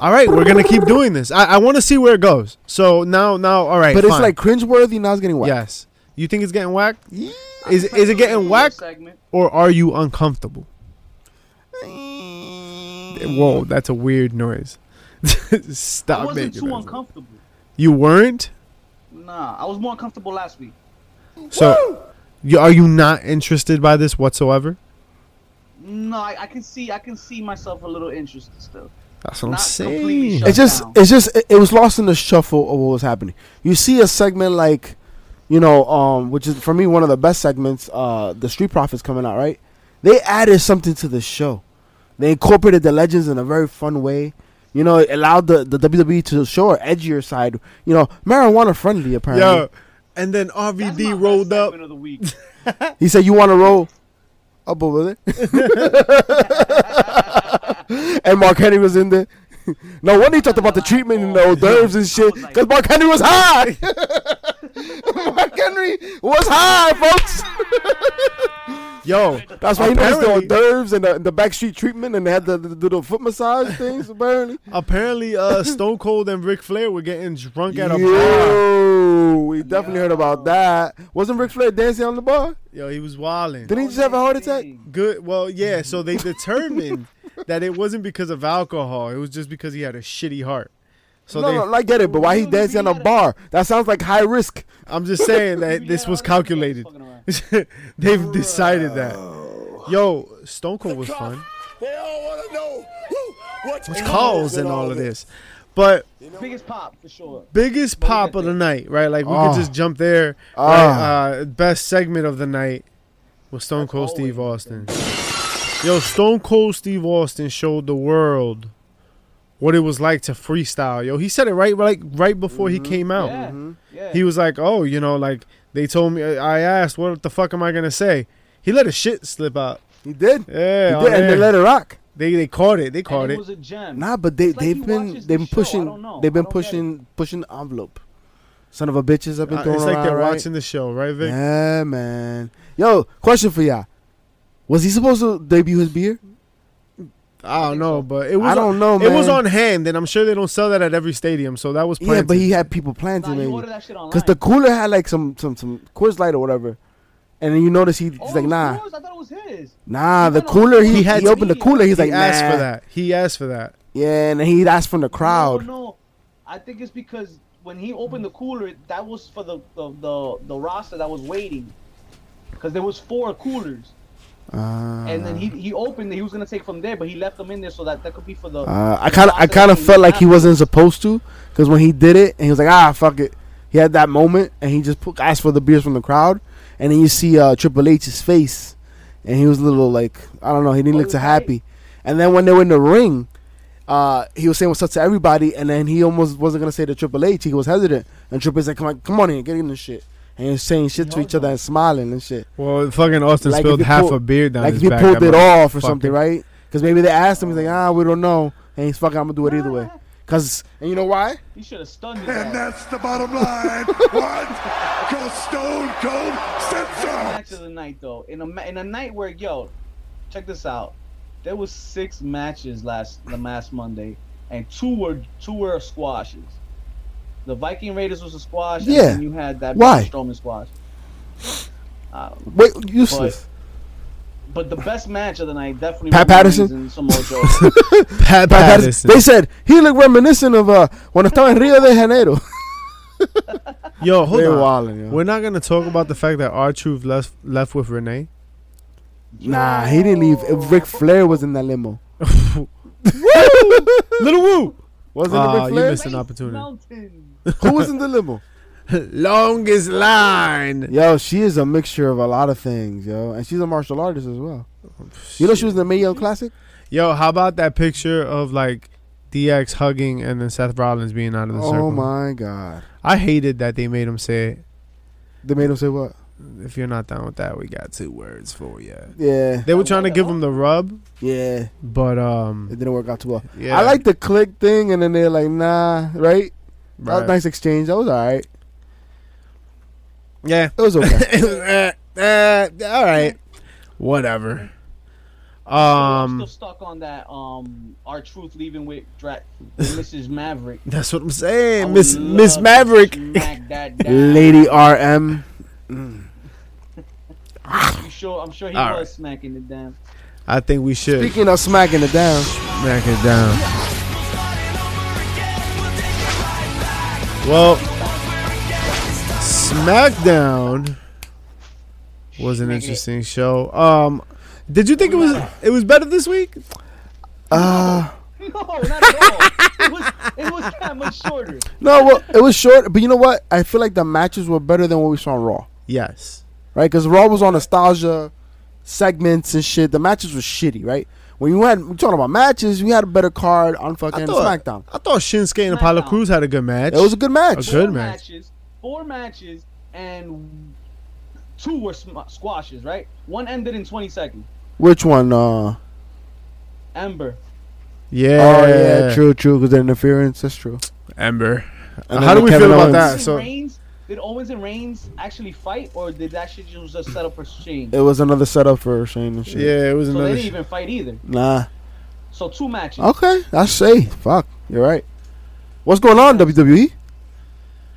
Speaker 3: all right, we're gonna keep doing this. I, I want to see where it goes. So now, now, all right,
Speaker 2: But it's
Speaker 3: fine.
Speaker 2: like cringeworthy. Now it's getting whack.
Speaker 3: yes. You think it's getting whacked?
Speaker 2: Yeah.
Speaker 3: Is is it getting whacked
Speaker 1: Segment.
Speaker 3: or are you uncomfortable? Whoa, that's a weird noise. [laughs]
Speaker 1: I
Speaker 3: Stop
Speaker 1: wasn't
Speaker 3: making
Speaker 1: too
Speaker 3: that. noise.
Speaker 1: uncomfortable.
Speaker 3: You weren't.
Speaker 1: Nah, I was more uncomfortable last week.
Speaker 3: So, you, are you not interested by this whatsoever?
Speaker 1: No, I, I can see I can see myself a little interested still.
Speaker 3: That's what I'm
Speaker 1: Not completely
Speaker 3: saying.
Speaker 1: shut
Speaker 2: It's just,
Speaker 1: down.
Speaker 2: it's just, it, it was lost in the shuffle of what was happening. You see a segment like, you know, um, which is for me one of the best segments. Uh, the Street Profits coming out, right? They added something to the show. They incorporated the legends in a very fun way. You know, it allowed the, the WWE to show her edgier side. You know, marijuana friendly apparently.
Speaker 3: Yo, and then
Speaker 1: That's my
Speaker 3: RVD
Speaker 1: best
Speaker 3: rolled up.
Speaker 1: segment Of the
Speaker 2: [laughs]
Speaker 1: week.
Speaker 2: He said, "You want to roll up
Speaker 3: [laughs]
Speaker 2: over there?" and Mark Henry was in there. No wonder he talked about the treatment and the hors d'oeuvres and shit, because Mark Henry was high. [laughs] Mark Henry was high, folks.
Speaker 3: Yo,
Speaker 2: That's why he noticed the hors
Speaker 3: Apparently-
Speaker 2: d'oeuvres and the, and the backstreet treatment, and they had the, the, the little foot massage things. Apparently,
Speaker 3: [laughs] apparently uh, Stone Cold and Ric Flair were getting drunk at
Speaker 2: [laughs]
Speaker 3: a bar.
Speaker 2: Yo, we definitely heard about that. Wasn't Ric Flair dancing on the bar?
Speaker 3: Yo, he was wilding.
Speaker 2: Didn't he just have a heart attack?
Speaker 3: Good. Well,
Speaker 2: Mm-hmm.
Speaker 3: yeah. So they determined
Speaker 2: [laughs]
Speaker 3: that it wasn't because of alcohol. It was just because he had a shitty heart. So
Speaker 2: no,
Speaker 3: they,
Speaker 2: no, I get it, but why he dancing on a bar? That sounds like high risk.
Speaker 3: I'm just saying
Speaker 2: [laughs]
Speaker 3: that this was calculated. [laughs] They've decided that. Yo, Stone Cold was fun.
Speaker 4: They all want to know who, what's,
Speaker 3: What's causing all of this? But
Speaker 1: Biggest pop for sure.
Speaker 3: biggest
Speaker 1: Well,
Speaker 3: pop
Speaker 1: good
Speaker 3: of the night, right? Like we
Speaker 2: Oh.
Speaker 3: could just jump there.
Speaker 2: Ah.
Speaker 3: right? Uh, best segment of the night was Stone
Speaker 1: That's
Speaker 3: Cold Steve
Speaker 1: always
Speaker 3: Austin. Yo, Stone Cold Steve Austin showed the world what it was like to freestyle. Yo, he said it right, like right before
Speaker 2: Mm-hmm.
Speaker 3: he came
Speaker 2: Oh.
Speaker 3: out.
Speaker 1: Yeah. Yeah.
Speaker 3: He was like, "Oh, you know, like they told me. I asked, what the fuck am I gonna say?" He let a shit slip out.
Speaker 2: He did.
Speaker 3: Yeah,
Speaker 2: he
Speaker 3: on
Speaker 2: did, and they
Speaker 3: air.
Speaker 2: let it rock.
Speaker 3: they they caught it. They caught
Speaker 1: and it,
Speaker 3: it.
Speaker 1: was a gem.
Speaker 2: Nah, but they
Speaker 1: It's like
Speaker 2: they've
Speaker 1: he
Speaker 2: been
Speaker 1: watches
Speaker 2: they've
Speaker 1: the
Speaker 2: been
Speaker 1: show. I don't
Speaker 2: pushing
Speaker 1: know.
Speaker 2: they've
Speaker 1: I don't
Speaker 2: been
Speaker 1: get
Speaker 2: pushing pushing the envelope. Son of a bitches have been
Speaker 3: Uh,
Speaker 2: throwing
Speaker 3: it's like they're
Speaker 2: around, right?
Speaker 3: watching the show, right, Vic?
Speaker 2: Yeah, man. Yo, question for y'all. Was he supposed to debut his beer?
Speaker 3: I don't know, but it was.
Speaker 2: I don't know, man.
Speaker 3: It was on hand, and I'm sure they don't sell that at every stadium, so that was planted.
Speaker 2: Yeah, but he had people planting
Speaker 1: Nah, you
Speaker 2: it.
Speaker 1: order that shit online.
Speaker 2: Cause the cooler had like some some some Coors Light or whatever, and then you notice he, [laughs] he's
Speaker 1: Oh,
Speaker 2: like,
Speaker 1: it was
Speaker 2: nah,
Speaker 1: yours? I thought it was his.
Speaker 2: nah.
Speaker 1: He
Speaker 2: The
Speaker 1: went on-
Speaker 2: cooler he
Speaker 1: He
Speaker 2: he,
Speaker 1: had to-
Speaker 2: opened the cooler. He's
Speaker 3: He
Speaker 2: like, nah.
Speaker 3: asked for that. He asked for that.
Speaker 2: Yeah, and he asked from the crowd.
Speaker 1: No, no. I think it's because when he opened the cooler, that was for the the the, the roster that was waiting. Because there was four coolers,
Speaker 2: Uh,
Speaker 1: and then he, he opened it. He was gonna take from there, but he left them in there so that that could be for the.
Speaker 2: Uh, I kind of I kind of felt like he wasn't supposed to, because when he did it, and he was like, ah, fuck it. He had that moment, and he just put, asked for the beers from the crowd, and then you see uh, Triple H's face, and he was a little like I don't know, he didn't
Speaker 1: Oh,
Speaker 2: look
Speaker 1: he
Speaker 2: too
Speaker 1: was
Speaker 2: happy. And then when they were in the ring, uh, he was saying what's up to everybody, and then he almost wasn't gonna say to Triple H. He was hesitant, and Triple H like, come on, come on in, get in this shit, and he was saying shit to
Speaker 1: He
Speaker 2: each other
Speaker 1: also-
Speaker 2: and smiling and shit.
Speaker 3: Well, fucking Austin
Speaker 2: Like, if
Speaker 3: spilled
Speaker 2: you
Speaker 3: half
Speaker 2: pull-
Speaker 3: a beer down
Speaker 2: like
Speaker 3: his
Speaker 2: if he
Speaker 3: back.
Speaker 2: pulled
Speaker 3: I'm
Speaker 2: it
Speaker 3: like,
Speaker 2: off or
Speaker 3: fuck
Speaker 2: something,
Speaker 3: it.
Speaker 2: right? Because maybe they asked him, he's like, ah, we don't know, and he's fucking, I'm gonna do it either way. Cause and you know why?
Speaker 1: He should have stunned his
Speaker 4: And
Speaker 1: ass.
Speaker 4: that's the bottom
Speaker 3: [laughs]
Speaker 4: line. what? Because Stone Cold said so.
Speaker 1: Match of the night though, in a ma- in a night where yo, check this out. There was six matches last the last Monday, and two were two were squashes. The Viking Raiders was a squash.
Speaker 2: Yeah.
Speaker 1: And then you had that
Speaker 2: Why?
Speaker 1: Strowman squash. Uh,
Speaker 2: Wait, useless.
Speaker 1: But the best match of the night definitely
Speaker 2: Pat
Speaker 1: Roman
Speaker 2: Patterson?
Speaker 1: Reigns and Samoa
Speaker 3: [laughs]
Speaker 1: Joe.
Speaker 3: Pat
Speaker 2: Pat Patterson-
Speaker 3: Patterson.
Speaker 2: They said he looked reminiscent of uh, when I estaba in Rio de Janeiro.
Speaker 3: Yo, [laughs] hold
Speaker 2: They
Speaker 3: on.
Speaker 2: wildin', yo.
Speaker 3: We're not gonna talk about the fact that R Truth left left with Renee.
Speaker 2: Nah, he didn't leave. If Ric Flair was in that limo.
Speaker 3: Little Woo.
Speaker 2: Wasn't
Speaker 3: Ah,
Speaker 2: it
Speaker 3: you
Speaker 2: Ric
Speaker 3: missed
Speaker 2: Flair?
Speaker 3: an opportunity.
Speaker 1: Mountain.
Speaker 2: Who was in
Speaker 3: [laughs]
Speaker 2: the limo?
Speaker 3: [laughs] Longest line.
Speaker 2: Yo, she is a mixture of a lot of things, yo. And she's a martial artist as well. You know she was in the Mayo Classic?
Speaker 3: Yo, how about that picture of like DX hugging and then Seth Rollins being out of the circle?
Speaker 2: Oh my god.
Speaker 3: I hated that they made him say it.
Speaker 2: They made him say what?
Speaker 3: If you're not down with that, we got two words for you.
Speaker 2: Yeah.
Speaker 3: They were trying to give him the rub,
Speaker 2: Yeah.
Speaker 3: but
Speaker 2: It
Speaker 3: um,
Speaker 2: didn't work out too well.
Speaker 3: yeah,
Speaker 2: I like the click thing and then they're like, nah, right? That was
Speaker 3: right.
Speaker 2: a nice exchange. That was alright.
Speaker 3: [laughs] Yeah, [laughs]
Speaker 2: It was okay.
Speaker 3: Eh, eh, all right, whatever.
Speaker 1: I'm
Speaker 3: Um,
Speaker 1: still stuck on that. Um, our truth leaving with Dra-
Speaker 3: [laughs]
Speaker 1: Mrs. Maverick.
Speaker 3: that's what I'm
Speaker 1: I
Speaker 3: saying,
Speaker 1: would
Speaker 3: Miss
Speaker 1: love
Speaker 3: Miss
Speaker 1: to
Speaker 3: Maverick. [laughs]
Speaker 1: smack that down.
Speaker 2: Lady RM.
Speaker 1: You sure? I'm sure he
Speaker 3: All
Speaker 1: was
Speaker 3: right.
Speaker 1: smacking it down.
Speaker 3: I think we should
Speaker 2: Speaking of smacking it down,
Speaker 3: smack it down. Well, SmackDown was an
Speaker 1: Smack it.
Speaker 3: interesting show. Um, did you think it was it was better this week?
Speaker 2: uh,
Speaker 1: [laughs] No, not at all. it was it was that much
Speaker 3: [laughs]
Speaker 1: shorter.
Speaker 2: no, well, it was short, but you know what? I feel like the matches were better than what we saw on Raw,
Speaker 3: Yes.
Speaker 2: right? Because Raw was on nostalgia segments and shit. The matches were shitty, right? When you had we talking about matches, we had a better card on fucking
Speaker 3: I thought,
Speaker 2: SmackDown.
Speaker 3: I thought Shinsuke and Apollo
Speaker 1: SmackDown.
Speaker 3: Cruz had a good match.
Speaker 2: It was a good match.
Speaker 3: A good
Speaker 1: four
Speaker 3: match.
Speaker 1: matches, four matches, and two were sm- squashes. Right, one ended in 20 seconds.
Speaker 2: Which one? Uh,
Speaker 1: Ember.
Speaker 3: yeah.
Speaker 2: Oh yeah, true, true. Because the interference, that's true.
Speaker 3: Ember.
Speaker 2: And
Speaker 3: How
Speaker 2: then
Speaker 3: do we
Speaker 2: Kevin
Speaker 3: feel about
Speaker 2: Owens.
Speaker 3: that?
Speaker 1: Owens
Speaker 3: so-
Speaker 1: and Reigns, did Owens and Reigns actually fight, or did that shit just was a setup for Shane?
Speaker 2: It was another setup for Shane and shit.
Speaker 3: Yeah, it was
Speaker 1: So they
Speaker 3: another.
Speaker 1: didn't
Speaker 3: sh-
Speaker 1: even fight either.
Speaker 2: Nah.
Speaker 1: So two matches.
Speaker 2: Okay, I say, fuck, you're right. What's going on WWE?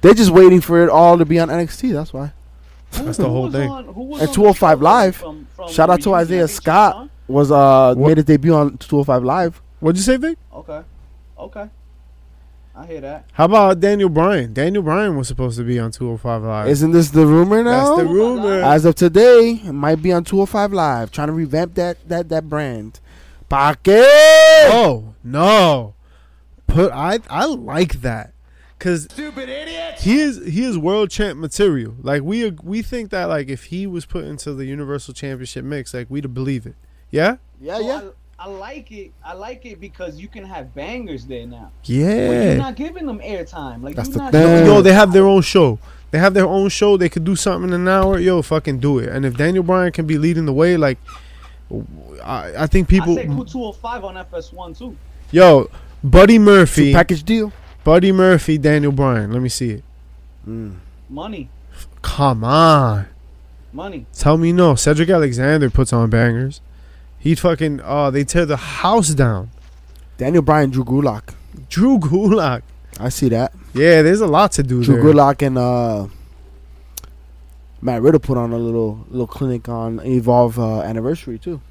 Speaker 2: They're just waiting for it all to be on NXT. That's why.
Speaker 1: Who-
Speaker 3: That's the
Speaker 1: who
Speaker 3: whole
Speaker 1: was
Speaker 3: thing.
Speaker 1: on- who was
Speaker 2: And
Speaker 1: on
Speaker 2: 205
Speaker 1: the show
Speaker 2: Live.
Speaker 1: from- from
Speaker 2: Shout out to
Speaker 1: Reunion? I
Speaker 2: Isaiah
Speaker 1: think she was
Speaker 2: Scott
Speaker 1: on?
Speaker 2: was uh
Speaker 3: What-
Speaker 2: made his debut on 205 Live.
Speaker 3: What'd you say, Vic?
Speaker 1: Okay, okay, I hear that.
Speaker 3: How about Daniel Bryan? Daniel Bryan was supposed to be on 205 Live.
Speaker 2: Isn't this the rumor now?
Speaker 3: That's the rumor.
Speaker 2: As of today, it might be on 205 Live, trying to revamp that that that brand. Paque!
Speaker 3: oh no! put I I like that because
Speaker 4: Stupid idiot!
Speaker 3: he is he is world champ material. Like we ag- we think that like if he was put into the Universal Championship mix, like we'd believe it. Yeah,
Speaker 2: Yeah,
Speaker 1: So
Speaker 2: yeah.
Speaker 1: Oh, I, I like it. I like it because you can have bangers there now. But you're
Speaker 3: yeah.
Speaker 1: not giving them airtime. Like
Speaker 2: That's
Speaker 1: you're
Speaker 2: the
Speaker 1: not.
Speaker 2: thing.
Speaker 3: Yo, they have their own show. They have their own show. They could do something in an hour. Yo, fucking do it. And if Daniel Bryan can be leading the way, like I, I think
Speaker 1: I
Speaker 3: people.
Speaker 1: said put 205 on FS1 too.
Speaker 3: Yo, Buddy Murphy,
Speaker 2: Two package deal.
Speaker 3: Buddy Murphy, Daniel Bryan. Let me see it.
Speaker 2: Mm.
Speaker 1: Money,
Speaker 3: Come on.
Speaker 2: [laughs]
Speaker 1: money.
Speaker 3: Tell me no. Cedric Alexander puts on bangers. He fucking oh, they tear the house down.
Speaker 2: Daniel Bryan, Drew Gulak.
Speaker 3: Drew Gulak.
Speaker 2: I see that.
Speaker 3: Yeah, there's a lot to do
Speaker 2: Drew
Speaker 3: there.
Speaker 2: Gulak and uh, Matt Riddle put on a little little clinic on Evolve uh, anniversary too.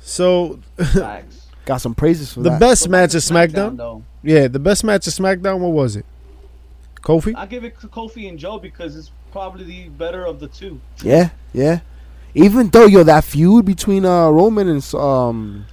Speaker 3: So
Speaker 1: Facts.
Speaker 2: Got some praises for
Speaker 3: the
Speaker 2: that.
Speaker 3: best
Speaker 1: But
Speaker 3: match of
Speaker 1: that's
Speaker 3: SmackDown.
Speaker 1: though.
Speaker 3: Yeah, the best match of SmackDown. What was it? Kofi.
Speaker 1: I give it to Kofi and Joe because it's probably the better of the two.
Speaker 2: Yeah, yeah. Even though yo that feud between uh Roman and um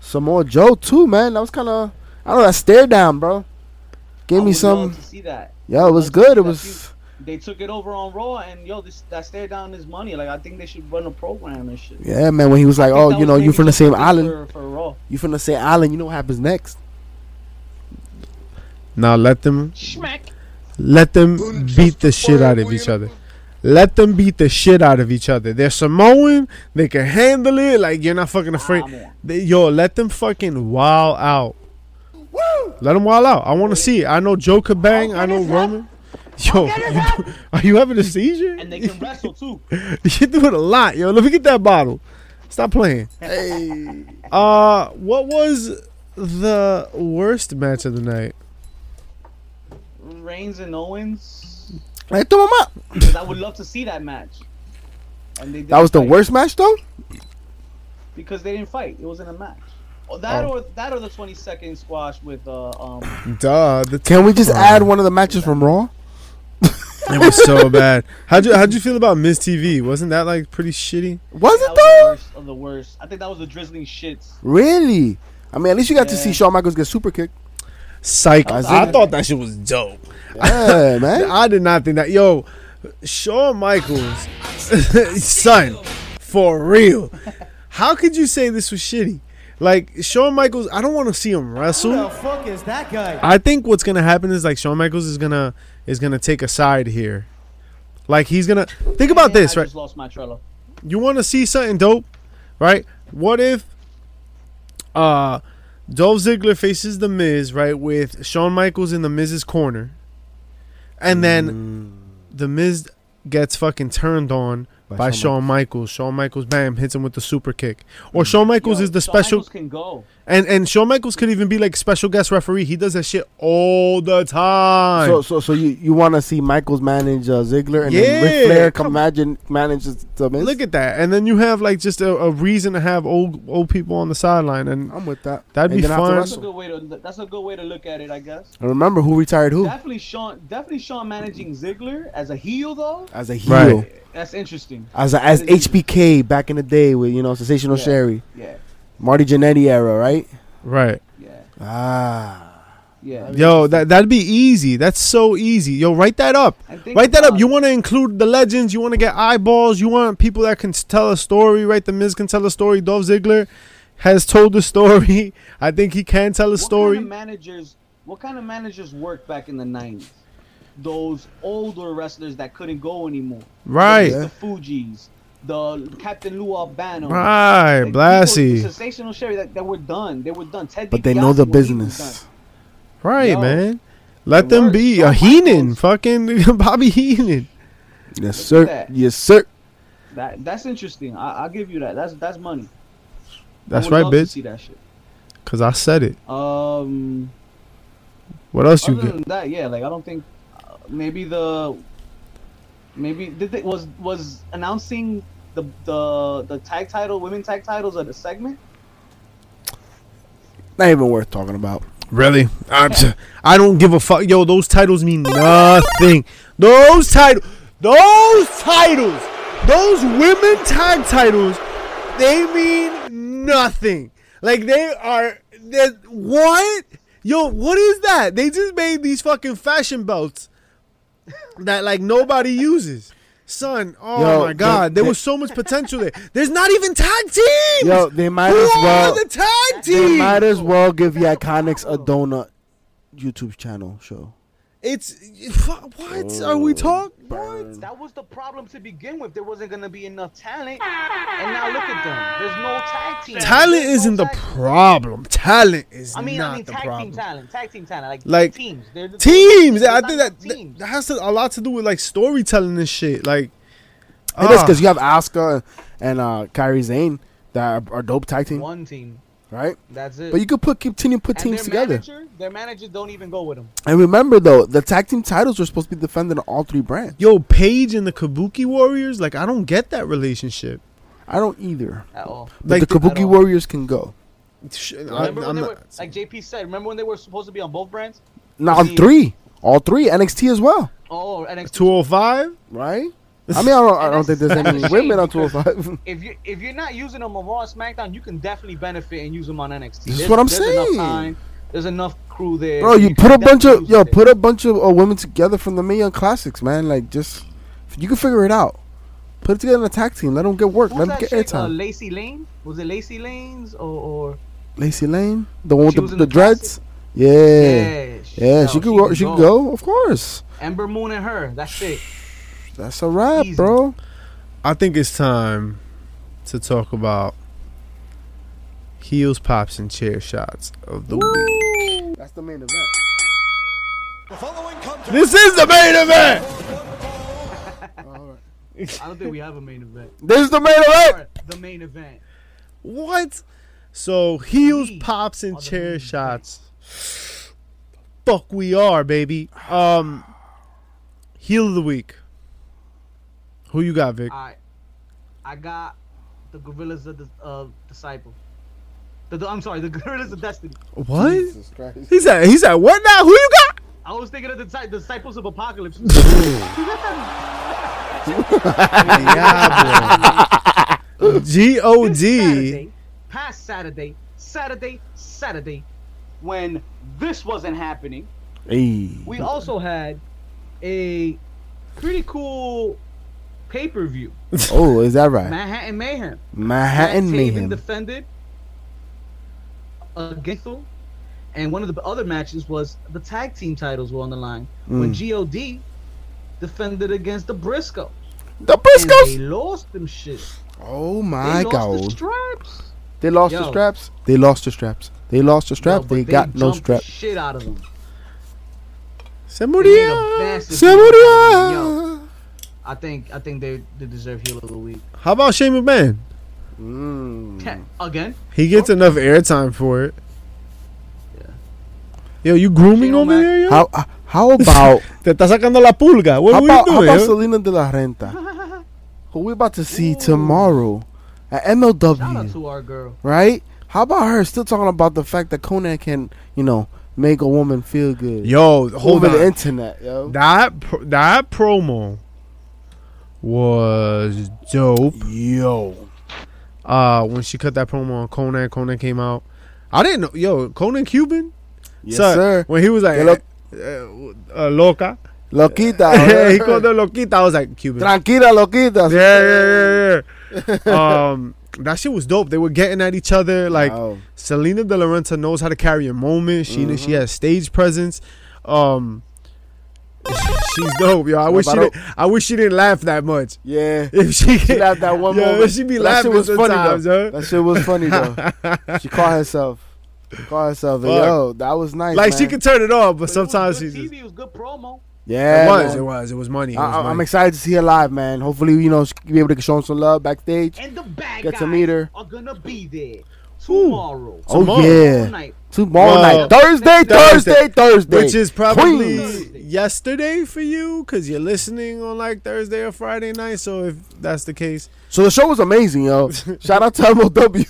Speaker 2: Samoa Joe too, man, that was kind of I don't know that stare down, bro.
Speaker 1: I
Speaker 2: Gave me
Speaker 1: would
Speaker 2: some.
Speaker 1: love to see that.
Speaker 2: Yo, it was
Speaker 1: love to see
Speaker 2: good.
Speaker 1: that
Speaker 2: It was.
Speaker 1: They took it over on Raw, and yo, this that stare down is money. Like I think they should run a program and shit.
Speaker 2: Yeah, man. When he was
Speaker 1: I
Speaker 2: like,
Speaker 1: think
Speaker 2: "Oh,
Speaker 1: that
Speaker 2: you
Speaker 1: was
Speaker 2: know, you
Speaker 1: maybe
Speaker 2: from the
Speaker 1: just
Speaker 2: same
Speaker 1: for-
Speaker 2: island.
Speaker 1: for Raw.
Speaker 2: You from the same island. You know what happens next."
Speaker 3: Now let them
Speaker 1: Schmack.
Speaker 3: let them beat the shit out of each other. Let them beat the shit out of each other. They're Samoan. They can handle it. Like you're not fucking afraid.
Speaker 1: man.
Speaker 3: They- yo, let them fucking wild out. Let them wild out. I want to see. It. I know Joe could bang. I know Roman. Yo, you do- are you having a seizure?
Speaker 1: And they can wrestle too.
Speaker 3: [laughs] You're doing a lot, yo. Let me get that bottle. Stop playing. Uh, what was the worst match of the night?
Speaker 1: Reigns and Owens.
Speaker 2: I threw him up.
Speaker 1: 'cause I would love to see that match. And they
Speaker 2: That was the
Speaker 1: didn't fight
Speaker 2: worst match though.
Speaker 1: because they didn't fight. It wasn't a match. Or that
Speaker 3: Oh.
Speaker 1: or that or the twenty second squash with uh
Speaker 2: [laughs]
Speaker 1: um.
Speaker 3: Duh, the
Speaker 2: Can we just add one of the matches from Raw?
Speaker 3: it was so bad. How'd you how'd you feel about Miss TV? Wasn't that like pretty shitty?
Speaker 1: That
Speaker 2: Was it
Speaker 1: was the
Speaker 2: though?
Speaker 1: worst of the worst. I think that was the drizzling shits.
Speaker 2: Really? I mean, at least you got to see
Speaker 1: Yeah.
Speaker 2: Shawn Michaels get
Speaker 3: [laughs]
Speaker 2: super kicked.
Speaker 3: Psych.
Speaker 2: I
Speaker 3: I,
Speaker 2: see.
Speaker 3: thought that shit was dope.
Speaker 2: Yeah, man.
Speaker 3: I did not think that. Yo, Shawn Michaels, [laughs] son, for real. How could you say this was shitty? Like Shawn Michaels, I don't want to see him wrestle.
Speaker 5: fuck is that guy?
Speaker 3: I think what's gonna happen is like Shawn Michaels is gonna is gonna take a side here. Like he's gonna think about
Speaker 1: And
Speaker 3: this,
Speaker 1: I
Speaker 3: right?
Speaker 1: Just lost my Trello.
Speaker 3: You want to see something dope, right? What if uh Dolph Ziggler faces The Miz, right, with Shawn Michaels in The Miz's corner, and then The Miz gets fucking turned on by,
Speaker 2: Mm. By
Speaker 3: Shawn
Speaker 2: Shawn
Speaker 3: Michaels. Shawn Michaels, bam, hits him with the super kick. Or
Speaker 2: Mm.
Speaker 3: Shawn Michaels
Speaker 1: Yo,
Speaker 3: is the
Speaker 1: Shawn
Speaker 3: special.
Speaker 1: Michaels can go.
Speaker 3: And and Shawn Michaels could even be like special guest referee. He does that shit all the time.
Speaker 2: So, so, so you, you want to see Michaels manage uh, Ziggler and then
Speaker 3: Yeah,
Speaker 2: Ric Flair come
Speaker 3: come-
Speaker 2: imagine manages the Miz?
Speaker 3: Look at that. And then you have like just a, a reason to have old old people on the sideline. And
Speaker 2: I'm with that.
Speaker 3: That'd
Speaker 2: And
Speaker 3: be
Speaker 2: then after
Speaker 3: fun.
Speaker 1: That's a
Speaker 2: wrestle-
Speaker 1: good way to. That's a good way to look at it, I guess.
Speaker 2: And remember who retired who
Speaker 1: Definitely Sean. Definitely Sean managing Ziggler as a heel though.
Speaker 2: as a
Speaker 3: Right.
Speaker 2: heel,
Speaker 1: That's interesting.
Speaker 2: as a, as HBK back in the day with you know Sensational
Speaker 1: Yeah.
Speaker 2: Sherry,
Speaker 1: Yeah.
Speaker 2: Marty Jannetty era, right?
Speaker 3: right.
Speaker 1: Yeah.
Speaker 2: Ah,
Speaker 1: Yeah.
Speaker 3: Yo, that that'd be easy. That's so easy. Yo, write that up.
Speaker 1: And think
Speaker 3: Write that up.
Speaker 1: about
Speaker 3: You
Speaker 1: it.
Speaker 3: want to include the legends. You want to get eyeballs. You want people that can s- tell a story. Right, the Miz can tell a story. Dolph Ziggler has told the story. [laughs] I think he can tell a story.
Speaker 1: What kind of managers? What kind of managers worked back in the nineties? Those older wrestlers that couldn't go anymore.
Speaker 3: Right.
Speaker 1: The Fugees, the Captain Lou Albano.
Speaker 3: right,
Speaker 1: Like,
Speaker 3: Blassie.
Speaker 1: people- the Sensational Sherry that, that were done. They were done. Ted
Speaker 2: but they
Speaker 1: DiBiase
Speaker 2: know the
Speaker 1: was- he was
Speaker 2: business.
Speaker 1: done.
Speaker 3: right,
Speaker 1: Yo,
Speaker 3: man. Let
Speaker 1: it
Speaker 3: them
Speaker 1: works.
Speaker 3: be.
Speaker 1: Oh
Speaker 3: A
Speaker 1: my
Speaker 3: Heenan,
Speaker 1: gosh.
Speaker 3: fucking [laughs] Bobby Heenan.
Speaker 2: Yes, sir.
Speaker 1: that.
Speaker 2: Yes, sir.
Speaker 1: That that's interesting. I, I'll give you that. That's that's money. I
Speaker 3: That's
Speaker 1: would
Speaker 3: right,
Speaker 1: love to
Speaker 3: bitch.
Speaker 1: See that shit.
Speaker 3: Cause I said it.
Speaker 1: Um.
Speaker 3: What else you
Speaker 1: Other
Speaker 3: get?
Speaker 1: than that, yeah. Like I don't think uh, maybe the maybe did they, was was announcing the the the tag title women tag titles at the segment.
Speaker 2: Not even worth talking about.
Speaker 3: Really? I'm t- I don't give a fuck. Yo, those titles mean nothing. Those titles, those titles, those women tag titles, they mean nothing. Like they are. they're- What? Yo, what is that? They just made these fucking fashion belts that like nobody uses. Son, oh
Speaker 2: Yo,
Speaker 3: my god,
Speaker 2: the-
Speaker 3: there was so much potential there. There's not even tag teams.
Speaker 2: Yo, they might
Speaker 3: Who
Speaker 2: as
Speaker 3: are
Speaker 2: well-
Speaker 3: the tag
Speaker 2: They
Speaker 3: team?
Speaker 2: might as well give the Iconics a donut YouTube channel show.
Speaker 3: It's fuck, what are we talking? What?
Speaker 1: That was the problem to begin with. There wasn't gonna be enough talent, and now look at them. There's no tag team.
Speaker 3: Talent
Speaker 1: There's no
Speaker 3: isn't the
Speaker 1: tag-
Speaker 3: problem. Talent is
Speaker 1: I mean,
Speaker 3: not
Speaker 1: I mean,
Speaker 3: the
Speaker 1: tag
Speaker 3: problem.
Speaker 1: team talent, tag team talent, like,
Speaker 3: Like,
Speaker 1: teams. They're the-
Speaker 3: teams.
Speaker 1: They're
Speaker 3: I
Speaker 1: not
Speaker 3: think that,
Speaker 1: teams.
Speaker 3: that has to, a lot to do with like storytelling and shit. Like,
Speaker 2: It is
Speaker 3: ah,
Speaker 2: because you have Asuka and uh, Kyrie Zane that are, are dope tag team,
Speaker 1: one team.
Speaker 2: right?
Speaker 1: That's it.
Speaker 2: But you could put continue to put
Speaker 1: And
Speaker 2: teams
Speaker 1: their
Speaker 2: together.
Speaker 1: Manager, their managers don't even go with them.
Speaker 2: And remember though, the tag team titles were supposed to be defended on all three brands.
Speaker 3: yo, Paige and the Kabuki Warriors. Like, I don't get that relationship.
Speaker 2: I don't either.
Speaker 1: at all.
Speaker 2: But
Speaker 3: Like
Speaker 2: the
Speaker 3: the-
Speaker 1: I
Speaker 2: Kabuki
Speaker 1: don't-
Speaker 2: Warriors can go.
Speaker 3: Sh- I, am
Speaker 1: Remember when
Speaker 3: not,
Speaker 1: they were, like JP said, remember when they were supposed to be on both brands?
Speaker 2: Now on
Speaker 1: See-
Speaker 2: three, all three NXT as well,
Speaker 1: Oh, NXT.
Speaker 3: 205.
Speaker 2: right? I mean, I don't, I don't think
Speaker 1: [laughs]
Speaker 2: there's any
Speaker 1: That's a
Speaker 2: women
Speaker 1: shame
Speaker 2: on
Speaker 1: [laughs]
Speaker 2: 205.
Speaker 1: If you if you're not using them on Raw and SmackDown, you can definitely benefit and use them on NXT.
Speaker 2: This is
Speaker 1: There's-
Speaker 2: what I'm
Speaker 1: there's
Speaker 2: saying.
Speaker 1: Enough time, there's enough crew there,
Speaker 2: Bro, you
Speaker 1: can
Speaker 2: put a bunch
Speaker 1: definitely
Speaker 2: of
Speaker 1: use
Speaker 2: yo,
Speaker 1: it.
Speaker 2: put a bunch of uh, women together from the Mae Young Classics, man. Like just you can figure it out. Put it together in a tag team. Let them get work.
Speaker 1: Who's
Speaker 2: Let them
Speaker 1: that
Speaker 2: get
Speaker 1: chick, uh,
Speaker 2: airtime.
Speaker 1: Lacey Lane was it Lacey Lane's or, or
Speaker 2: Lacey Lane, the one with
Speaker 1: She
Speaker 2: the,
Speaker 1: was
Speaker 2: the,
Speaker 1: in the
Speaker 2: dreads. Yeah, yeah,
Speaker 1: she,
Speaker 2: she
Speaker 1: no,
Speaker 2: could go. She could go, of course.
Speaker 1: Ember Moon and her. That's it.
Speaker 2: That's a wrap,
Speaker 1: Easy.
Speaker 2: bro.
Speaker 3: I think it's time to talk about heels, pops, and chair shots of the week.
Speaker 2: That's the main event.
Speaker 4: The following contest
Speaker 3: This is the main event.
Speaker 1: I don't think we have a main event.
Speaker 2: This is the main event.
Speaker 1: Or the main event.
Speaker 3: What? So heels,
Speaker 1: We
Speaker 3: pops, and
Speaker 1: are the
Speaker 3: chair
Speaker 1: main
Speaker 3: shots. Fuck, we are baby. Um, heel of the week. Who you got,
Speaker 2: Ah,
Speaker 3: Vic?
Speaker 1: I I got the Gorillas of the of Disciple. The, the- I'm sorry, the Gorillas of Destiny.
Speaker 3: What?
Speaker 2: Christ.
Speaker 3: He's at. He's at. What now? Who you got?
Speaker 1: I was thinking of the Disci- Disciples of
Speaker 2: [laughs]
Speaker 1: Apocalypse.
Speaker 3: G
Speaker 2: Oh,
Speaker 3: O D.
Speaker 1: Saturday, past Saturday, Saturday, Saturday, when this wasn't happening,
Speaker 2: Hey.
Speaker 1: we also had a pretty cool pay per view.
Speaker 2: Oh, is that right?
Speaker 1: Manhattan Mayhem.
Speaker 2: Manhattan
Speaker 1: Matt Taven
Speaker 2: Mayhem.
Speaker 1: defended against him. And one of the other matches was the tag team titles were on the line
Speaker 2: Mm.
Speaker 1: when GOD defended against the Briscoes.
Speaker 2: the
Speaker 1: And they
Speaker 2: Briscoes.
Speaker 1: lost them shit.
Speaker 2: Oh
Speaker 1: They
Speaker 2: my
Speaker 1: lost the
Speaker 2: god.
Speaker 1: straps.
Speaker 2: they lost the
Speaker 1: Yo.
Speaker 2: straps. They lost the straps. They lost the strap.
Speaker 1: Yo, but
Speaker 2: they, got no
Speaker 1: jumped the
Speaker 2: strap.
Speaker 1: Shit out of them.
Speaker 3: Somebody.
Speaker 1: They made a massive- Yo,
Speaker 2: Samurai.
Speaker 1: I think I think they, they deserve heel of the week
Speaker 3: How about Shane McMahon?
Speaker 2: Mm.
Speaker 1: again.
Speaker 3: He
Speaker 2: Oh.
Speaker 3: gets enough airtime for it.
Speaker 1: Yeah.
Speaker 3: Yo, you grooming
Speaker 1: Shane
Speaker 3: over
Speaker 1: O'Mac-
Speaker 3: there, yo?
Speaker 2: How uh, how about
Speaker 3: Te está sacando la pulga. What
Speaker 2: how
Speaker 3: are you
Speaker 2: about, how
Speaker 3: doing?
Speaker 2: about
Speaker 3: yo?
Speaker 2: Selena de la Renta, who we're about to see tomorrow at MLW?
Speaker 1: Shout out to our girl.
Speaker 2: right? How about her still talking about the fact that Conan can, you know, make a woman feel good
Speaker 3: Yo, hold
Speaker 2: over the
Speaker 3: on.
Speaker 2: internet, yo?
Speaker 3: That pro- that promo was dope.
Speaker 2: Yo,
Speaker 3: Uh, when she cut that promo on Conan, Conan came out. I didn't know. Yo, Conan Cuban.
Speaker 2: yes
Speaker 3: Son,
Speaker 2: sir.
Speaker 3: When he was like,
Speaker 2: Yo, look- Oh,
Speaker 3: uh, uh, loca. [laughs]
Speaker 2: Loquita,
Speaker 3: he
Speaker 2: whatever.
Speaker 3: called her loquita. I was like, Cuban.
Speaker 2: tranquila, loquita.
Speaker 3: yeah, yeah, yeah, yeah. um, that shit was dope. They were getting at each other. Like
Speaker 2: Wow.
Speaker 3: Selena De La Renta knows how to carry a moment. She
Speaker 2: Mm-hmm.
Speaker 3: she has stage presence. Um, she's dope, yo. I wish she
Speaker 2: about
Speaker 3: didn't, I wish she didn't laugh that much. [laughs]
Speaker 2: yeah.
Speaker 3: If she,
Speaker 2: She laughed that one
Speaker 3: yo,
Speaker 2: moment.
Speaker 3: she be
Speaker 2: That
Speaker 3: laughing
Speaker 2: shit was funny
Speaker 3: sometimes,
Speaker 2: though.
Speaker 3: yo.
Speaker 2: That shit was funny
Speaker 3: [laughs]
Speaker 2: though. she caught herself. She caught herself. and
Speaker 3: Fuck.
Speaker 2: yo, that was nice.
Speaker 3: Like she
Speaker 2: man.
Speaker 3: can turn it off, but,
Speaker 1: But
Speaker 3: sometimes
Speaker 1: it was
Speaker 3: she's.
Speaker 1: good
Speaker 3: Just,
Speaker 1: TV, it was good promo.
Speaker 2: Yeah,
Speaker 3: it was,
Speaker 2: man.
Speaker 3: it was, it was money. It was
Speaker 2: I, am
Speaker 3: money.
Speaker 2: excited to see her live, man. Hopefully, you know, she can be able to show him some love backstage.
Speaker 1: and the bad
Speaker 2: Get
Speaker 1: guys
Speaker 2: to meet her.
Speaker 1: are gonna be there tomorrow.
Speaker 2: Oh
Speaker 3: Tomorrow.
Speaker 2: yeah,
Speaker 1: Night.
Speaker 2: tomorrow
Speaker 3: Well,
Speaker 2: night, Thursday,
Speaker 3: Thursday.
Speaker 2: Thursday, Thursday,
Speaker 3: Which is probably
Speaker 2: Queens.
Speaker 3: yesterday for you, cause you're listening on like Thursday or Friday night. So if that's the case,
Speaker 2: So the show was
Speaker 3: [laughs]
Speaker 2: amazing, yo. Shout out to MLW.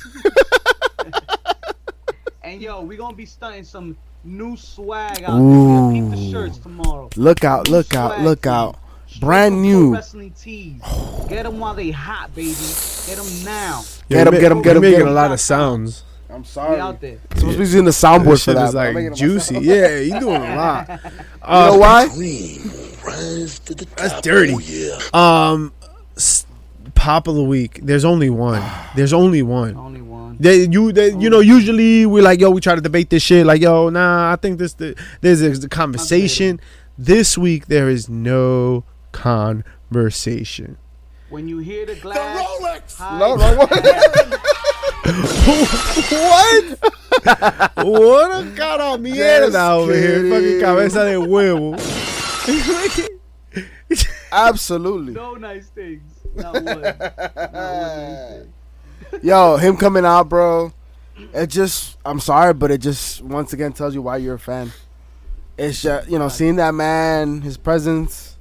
Speaker 1: And yo, we gonna be stunting some new swag out
Speaker 2: Ooh.
Speaker 1: there. Yo, Keep the shirts tomorrow.
Speaker 2: Look out,
Speaker 1: New
Speaker 2: look out,
Speaker 1: swag
Speaker 2: look
Speaker 1: tees.
Speaker 2: out.
Speaker 1: Straight
Speaker 2: Brand
Speaker 1: from
Speaker 2: new.
Speaker 1: Pro Wrestling tees. Get them while they hot, baby. Get them now.
Speaker 2: Get 'em,
Speaker 3: we
Speaker 2: get 'em,
Speaker 3: ma-
Speaker 2: get 'em,
Speaker 3: we
Speaker 2: get
Speaker 3: making
Speaker 2: 'em.
Speaker 3: a lot of sounds.
Speaker 5: I'm
Speaker 1: We
Speaker 5: sorry.
Speaker 1: out there.
Speaker 2: Supposed to be using the soundboard
Speaker 3: This
Speaker 2: for
Speaker 3: shit
Speaker 2: that.
Speaker 3: is
Speaker 2: bro.
Speaker 5: I'm making it
Speaker 3: like juicy. Yeah, you doing
Speaker 2: [laughs]
Speaker 3: a lot. Uh,
Speaker 2: you know why?
Speaker 3: That's dirty. Um, s- pop of the week. There's only one. There's only one.
Speaker 1: Only one.
Speaker 3: They, you they, you know usually we like yo we try to debate this shit like yo nah I think this the, there's a, a conversation. This week there is no conversation.
Speaker 1: When you hear the
Speaker 4: The
Speaker 1: glass,
Speaker 4: Rolex.
Speaker 1: high-
Speaker 5: No, no,
Speaker 1: [laughs]
Speaker 5: what?
Speaker 3: uh, [laughs] What? what a kind [laughs] of mierda over here.
Speaker 5: kidding.
Speaker 3: Fucking cabeza de huevo.
Speaker 2: Absolutely.
Speaker 1: no nice things. Not one.
Speaker 2: [laughs]
Speaker 1: Not one nice thing.
Speaker 2: Yo, him coming out, bro. It just, I'm sorry, but it just once again tells you why you're a fan. It's just, you know, seeing that man, his presence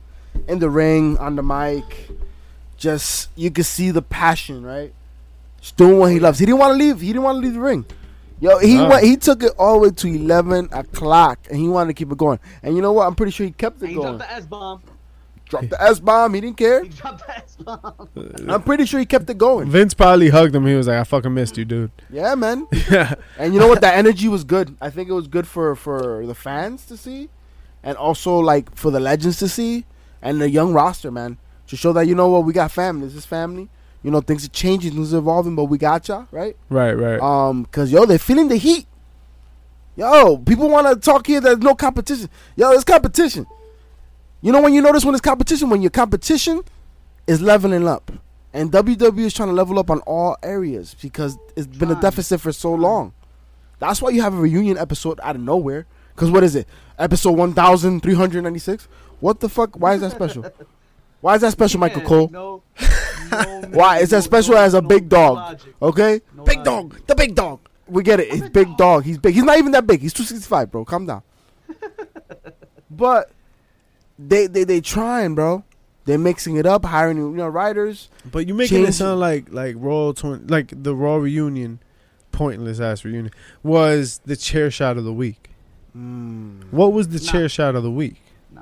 Speaker 2: in the ring, on the mic, just, you could see the passion, right? Just doing what he loves. He didn't want to leave. He didn't want to leave the ring. Yo, he
Speaker 3: Nah.
Speaker 2: went, he took it all the way to 11 o'clock, and he wanted to keep it going. And you know what? I'm pretty sure he kept
Speaker 1: And
Speaker 2: it
Speaker 1: he
Speaker 2: going.
Speaker 1: dropped the S bomb. [laughs]
Speaker 2: Dropped the S bomb. He didn't care.
Speaker 1: He dropped the S bomb.
Speaker 2: I'm pretty sure he kept it going.
Speaker 3: Vince probably hugged him. He was like, I fucking missed you, [laughs] dude.
Speaker 2: Yeah, man. And you know what? That energy was good. I think it was good for for the fans to see, and also like for the legends to see, and the young roster, man, to show that you know what we got family. This is family. You know things are changing, things are evolving, but we got ya right.
Speaker 3: right, right.
Speaker 2: Um, cause yo, they're feeling the heat. Yo, people want to talk here. There's no competition. Yo, it's competition. You know when you notice when it's competition when your competition is leveling up, and WWE is trying to level up on all areas because it's been a
Speaker 1: Trying.
Speaker 2: deficit for so long. That's why you have a reunion episode out of nowhere. Cause what is it? Episode one thousand three hundred ninety six. What the fuck? Why is
Speaker 1: [laughs]
Speaker 2: that special? Why is that special, Michael
Speaker 1: Yeah,
Speaker 2: Cole?
Speaker 1: [laughs] No, no,
Speaker 2: [laughs] Why is
Speaker 1: no-
Speaker 2: that special
Speaker 1: no-
Speaker 2: as a
Speaker 1: no
Speaker 2: big dog?
Speaker 1: logic.
Speaker 2: Okay,
Speaker 1: No
Speaker 2: big
Speaker 1: logic.
Speaker 2: dog, the big dog. We get it. It's big dog. He's big. He's not even that big. He's two sixty five, bro. Calm down. but they they they trying, bro. They're mixing it up, hiring you know writers.
Speaker 3: but you making it
Speaker 2: change-
Speaker 3: sound like like Raw twen- like the Raw reunion, pointless ass reunion, was the chair shot of the week.
Speaker 2: Mm.
Speaker 3: What was the
Speaker 1: Nah.
Speaker 3: chair shot of the week?
Speaker 1: Nah.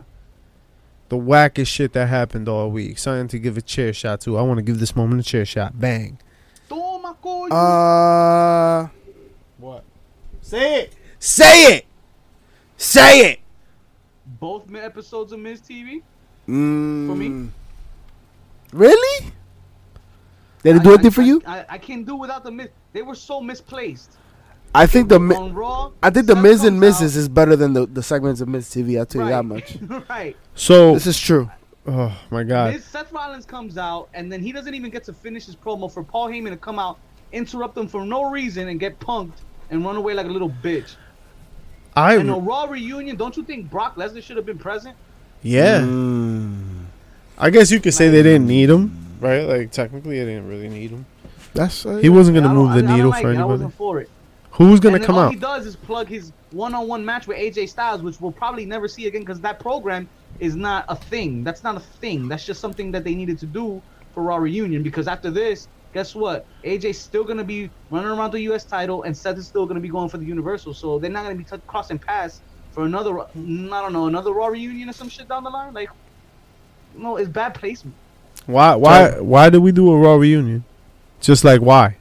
Speaker 3: The wackest shit that happened all week. Something to give a chair shot to. I want to give this moment a chair shot. Bang.
Speaker 1: Toma, coño.
Speaker 2: Uh,
Speaker 5: Say it.
Speaker 3: Say it. Say it.
Speaker 1: Both mi- episodes of Miz TV.
Speaker 2: mm,
Speaker 1: me?
Speaker 2: really? They didn't do
Speaker 1: I-
Speaker 2: anything
Speaker 1: I-
Speaker 2: for you?
Speaker 1: I, I can't do without the Miz. They were so misplaced
Speaker 2: I think the Mi-
Speaker 1: on Raw.
Speaker 2: I think the
Speaker 1: Seth
Speaker 2: Miz
Speaker 1: comes
Speaker 2: and
Speaker 1: out-
Speaker 2: Mrs. is better than the, the segments of Miz TV. I'll tell you
Speaker 1: right.
Speaker 2: that much.
Speaker 1: [laughs] right.
Speaker 3: So,
Speaker 2: This is true.
Speaker 3: oh my god.
Speaker 1: Miz, Seth Rollins comes out, and then he doesn't even get to finish his promo for Paul Heyman to come out, interrupt him for no reason, and get punked and run away like a little bitch.
Speaker 3: I
Speaker 1: And a Raw reunion, don't you think Brock Lesnar should have been present?
Speaker 3: yeah.
Speaker 2: Mm,
Speaker 3: I guess you could say they didn't need him, right? Like technically, they didn't really need him.
Speaker 2: that's uh,
Speaker 3: He wasn't
Speaker 1: I
Speaker 3: gonna
Speaker 1: don't-
Speaker 3: move the
Speaker 1: I- I
Speaker 3: needle
Speaker 1: don't like
Speaker 3: for
Speaker 1: it. I
Speaker 3: anybody.
Speaker 1: wasn't for it.
Speaker 3: Who's gonna
Speaker 1: and then
Speaker 3: come
Speaker 1: all
Speaker 3: out?
Speaker 1: he does is plug his one-on-one match with AJ Styles, which we'll probably never see again because that program is not a thing. That's not a thing. That's just something that they needed to do for Raw reunion because after this, guess what? AJ's still gonna be running around the U.S. title, and Seth is still gonna be going for the Universal. So they're not gonna be t- crossing paths for another. Ra- mm, I don't know another Raw reunion or some shit down the line. Like, no, it's bad placement.
Speaker 3: Why? Why? Why did we do a Raw reunion? Just like why?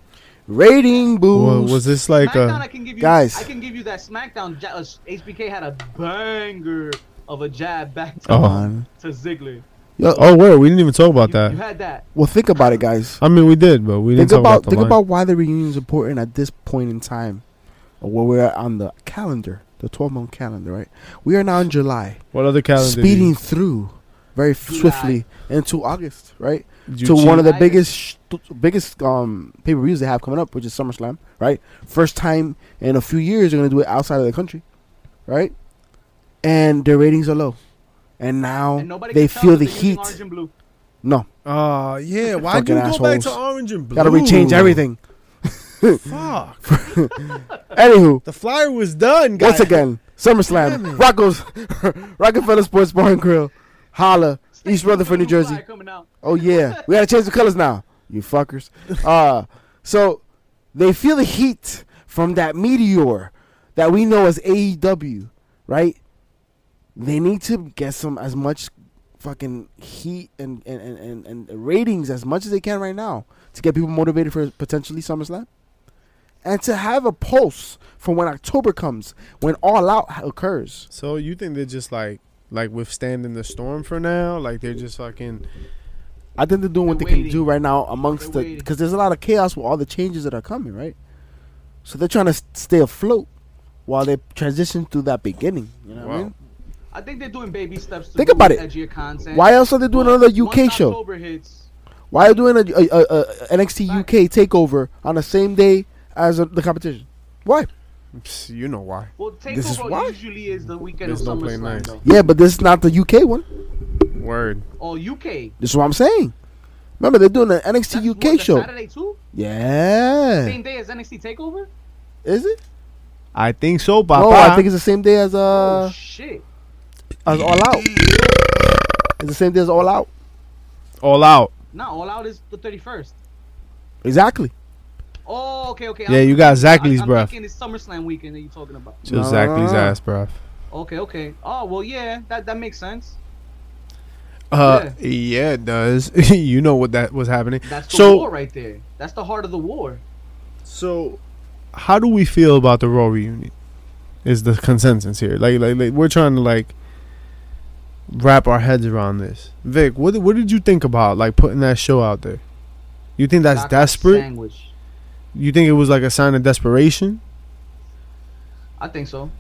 Speaker 2: rating
Speaker 3: Wa-
Speaker 2: boost.
Speaker 3: Was this like uh,
Speaker 1: SmackDown, I
Speaker 3: a?
Speaker 1: can give you
Speaker 2: guys.
Speaker 1: I can give you that SmackDown. Ja- uh, HBK had a banger of a jab back to,
Speaker 3: Oh,
Speaker 1: to Ziggler.
Speaker 3: oh, wait, we didn't even talk about
Speaker 1: you,
Speaker 3: that.
Speaker 1: You had that.
Speaker 2: Well, think about it, guys.
Speaker 3: I mean, we did, but Uh, we didn't
Speaker 2: Think
Speaker 3: talk
Speaker 2: about
Speaker 3: about the
Speaker 2: think
Speaker 3: line.
Speaker 2: about why the reunion is important at this point in time, or where we're at on the calendar, the twelve month calendar. Right, we are now in July,
Speaker 3: What other calendar?
Speaker 2: speeding through very f-
Speaker 1: July.
Speaker 2: swiftly into August. Right,
Speaker 3: did you
Speaker 2: to one of the
Speaker 1: August.
Speaker 2: biggest sh- biggest um pay per views they have coming up, which is SummerSlam. Right, first time in a few years they're gonna do it outside of the country. Right, and their ratings are low, and now
Speaker 1: And nobody
Speaker 2: they
Speaker 1: can tell
Speaker 2: feel
Speaker 1: that
Speaker 2: the
Speaker 1: they're using
Speaker 2: heat.
Speaker 1: Orange and blue.
Speaker 2: No,
Speaker 3: Oh yeah, why
Speaker 2: Fucking
Speaker 3: do you go back
Speaker 2: assholes.
Speaker 3: to orange and blue?
Speaker 2: gotta rechange everything.
Speaker 3: Fuck.
Speaker 2: Anywho.
Speaker 3: The flyer was done, guys.
Speaker 2: Once again, SummerSlam, Rocco's, [laughs] Rockefeller Sports Bar and Grill, Holla, East Rutherford, New
Speaker 1: Blue flag
Speaker 2: Jersey.
Speaker 1: Coming out.
Speaker 2: Oh yeah, we gotta change the colors now, you fuckers. Uh, so they feel the heat from that meteor that we know as AEW, right? They need to get some as much fucking heat and and, and, and and ratings as much as they can right now to get people motivated for potentially SummerSlam. and to have a pulse for when October comes, when All Out occurs.
Speaker 3: So you think they're just like like withstanding the storm for now? Like they're just fucking
Speaker 2: I think they're doing what they
Speaker 1: They're
Speaker 2: can
Speaker 1: waiting.
Speaker 2: do right now amongst
Speaker 1: They're
Speaker 2: the
Speaker 1: waiting.
Speaker 2: because there's a lot of chaos with all the changes that are coming, right? So they're trying to s- stay afloat while they transition through that beginning. You know what I
Speaker 3: Wow.
Speaker 2: mean?
Speaker 1: I think they're doing baby steps. To
Speaker 2: Think about
Speaker 1: do
Speaker 2: it.
Speaker 1: Edgier content.
Speaker 2: Why else are they doing
Speaker 1: But
Speaker 2: another UK
Speaker 1: once
Speaker 2: show?
Speaker 1: October hits,
Speaker 2: Why are they doing a, a, a, a NXT UK takeover on the same day as uh the competition? Why?
Speaker 3: pss, you know why.
Speaker 1: well, Takeover
Speaker 2: This is why.
Speaker 1: usually is the weekend
Speaker 3: There's
Speaker 1: of
Speaker 3: no play
Speaker 1: SummerSlam,
Speaker 3: nice.
Speaker 1: though. Oh,
Speaker 2: Yeah, but this is not the UK one.
Speaker 3: Word.
Speaker 1: Or UK.
Speaker 2: This is what I'm saying. Remember, they're doing an
Speaker 1: That's
Speaker 2: NXT
Speaker 1: what,
Speaker 2: UK
Speaker 1: that's
Speaker 2: show.
Speaker 1: Saturday too.
Speaker 2: Yeah,
Speaker 1: Same day as NXT Takeover.
Speaker 2: is it?
Speaker 3: I think so, Papa.
Speaker 2: No, I think it's the same day as uh
Speaker 1: oh shit!
Speaker 2: as All Out. It's the same day as All Out.
Speaker 3: all out.
Speaker 1: Not all out is the thirty first.
Speaker 2: Exactly.
Speaker 1: Oh, okay, okay.
Speaker 3: Yeah, you got Zachley's
Speaker 1: I'm
Speaker 3: breath.
Speaker 1: thinking it's SummerSlam weekend that you're talking about.
Speaker 3: So Zachley's
Speaker 2: Nah.
Speaker 3: ass, bruv.
Speaker 1: Okay, okay. Oh well, yeah, that that makes sense.
Speaker 3: Uh, yeah. it does. [laughs] you know what that was happening.
Speaker 1: That's the
Speaker 3: so
Speaker 1: war right there. That's the heart of the war.
Speaker 3: so, how do we feel about the Raw reunion? Is the consensus here? Like, like, like we're trying to like wrap our heads around this. Vic, what what did you think about like putting that show out there? You think that's
Speaker 1: Chocolate
Speaker 3: desperate?
Speaker 1: Sandwich.
Speaker 3: You think it was like a sign of desperation?
Speaker 1: I think so.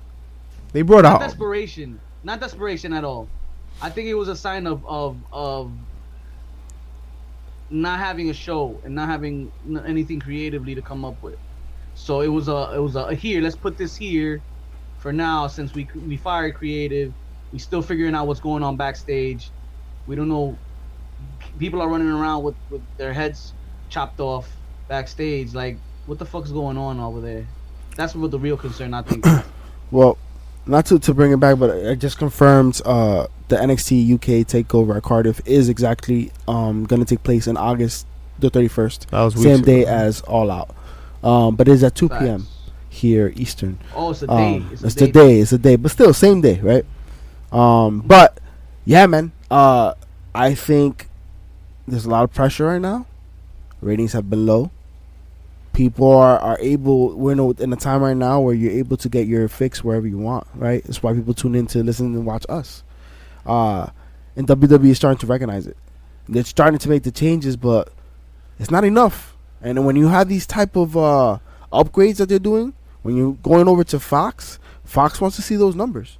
Speaker 3: They brought out
Speaker 1: Not desperation. Not desperation at all. I think it was a sign of of of not having a show and not having n- anything creatively to come up with. So it was a it was a here. Let's put this here for now since we we fired creative. We still figuring out what's going on backstage. We don't know. People are running around with with their heads chopped off backstage. Like what the fuck's going on over there? That's what the real concern I think. is.
Speaker 2: Well, not to, to bring it back, but I just confirmed uh, the NXT UK takeover at Cardiff is exactly um, going to take place in August the 31st,
Speaker 3: that was
Speaker 2: same
Speaker 3: weeks
Speaker 2: day
Speaker 3: ago.
Speaker 2: as All Out. Um, but it's at 2 p.m.
Speaker 1: Facts.
Speaker 2: here Eastern.
Speaker 1: Oh, it's a day.
Speaker 2: Um,
Speaker 1: it's a
Speaker 2: it's
Speaker 1: day.
Speaker 2: the day. It's the day, but still same day, right? Um, but yeah, man. Uh, I think there's a lot of pressure right now. Ratings have been low. People are, are able. We're in a, in a time right now where you're able to get your fix wherever you want, right? That's why people tune in to listen and watch us. Uh, and WWE is starting to recognize it. They're starting to make the changes, but it's not enough. And then when you have these type of uh, upgrades that they're doing, when you're going over to Fox, Fox wants to see those numbers.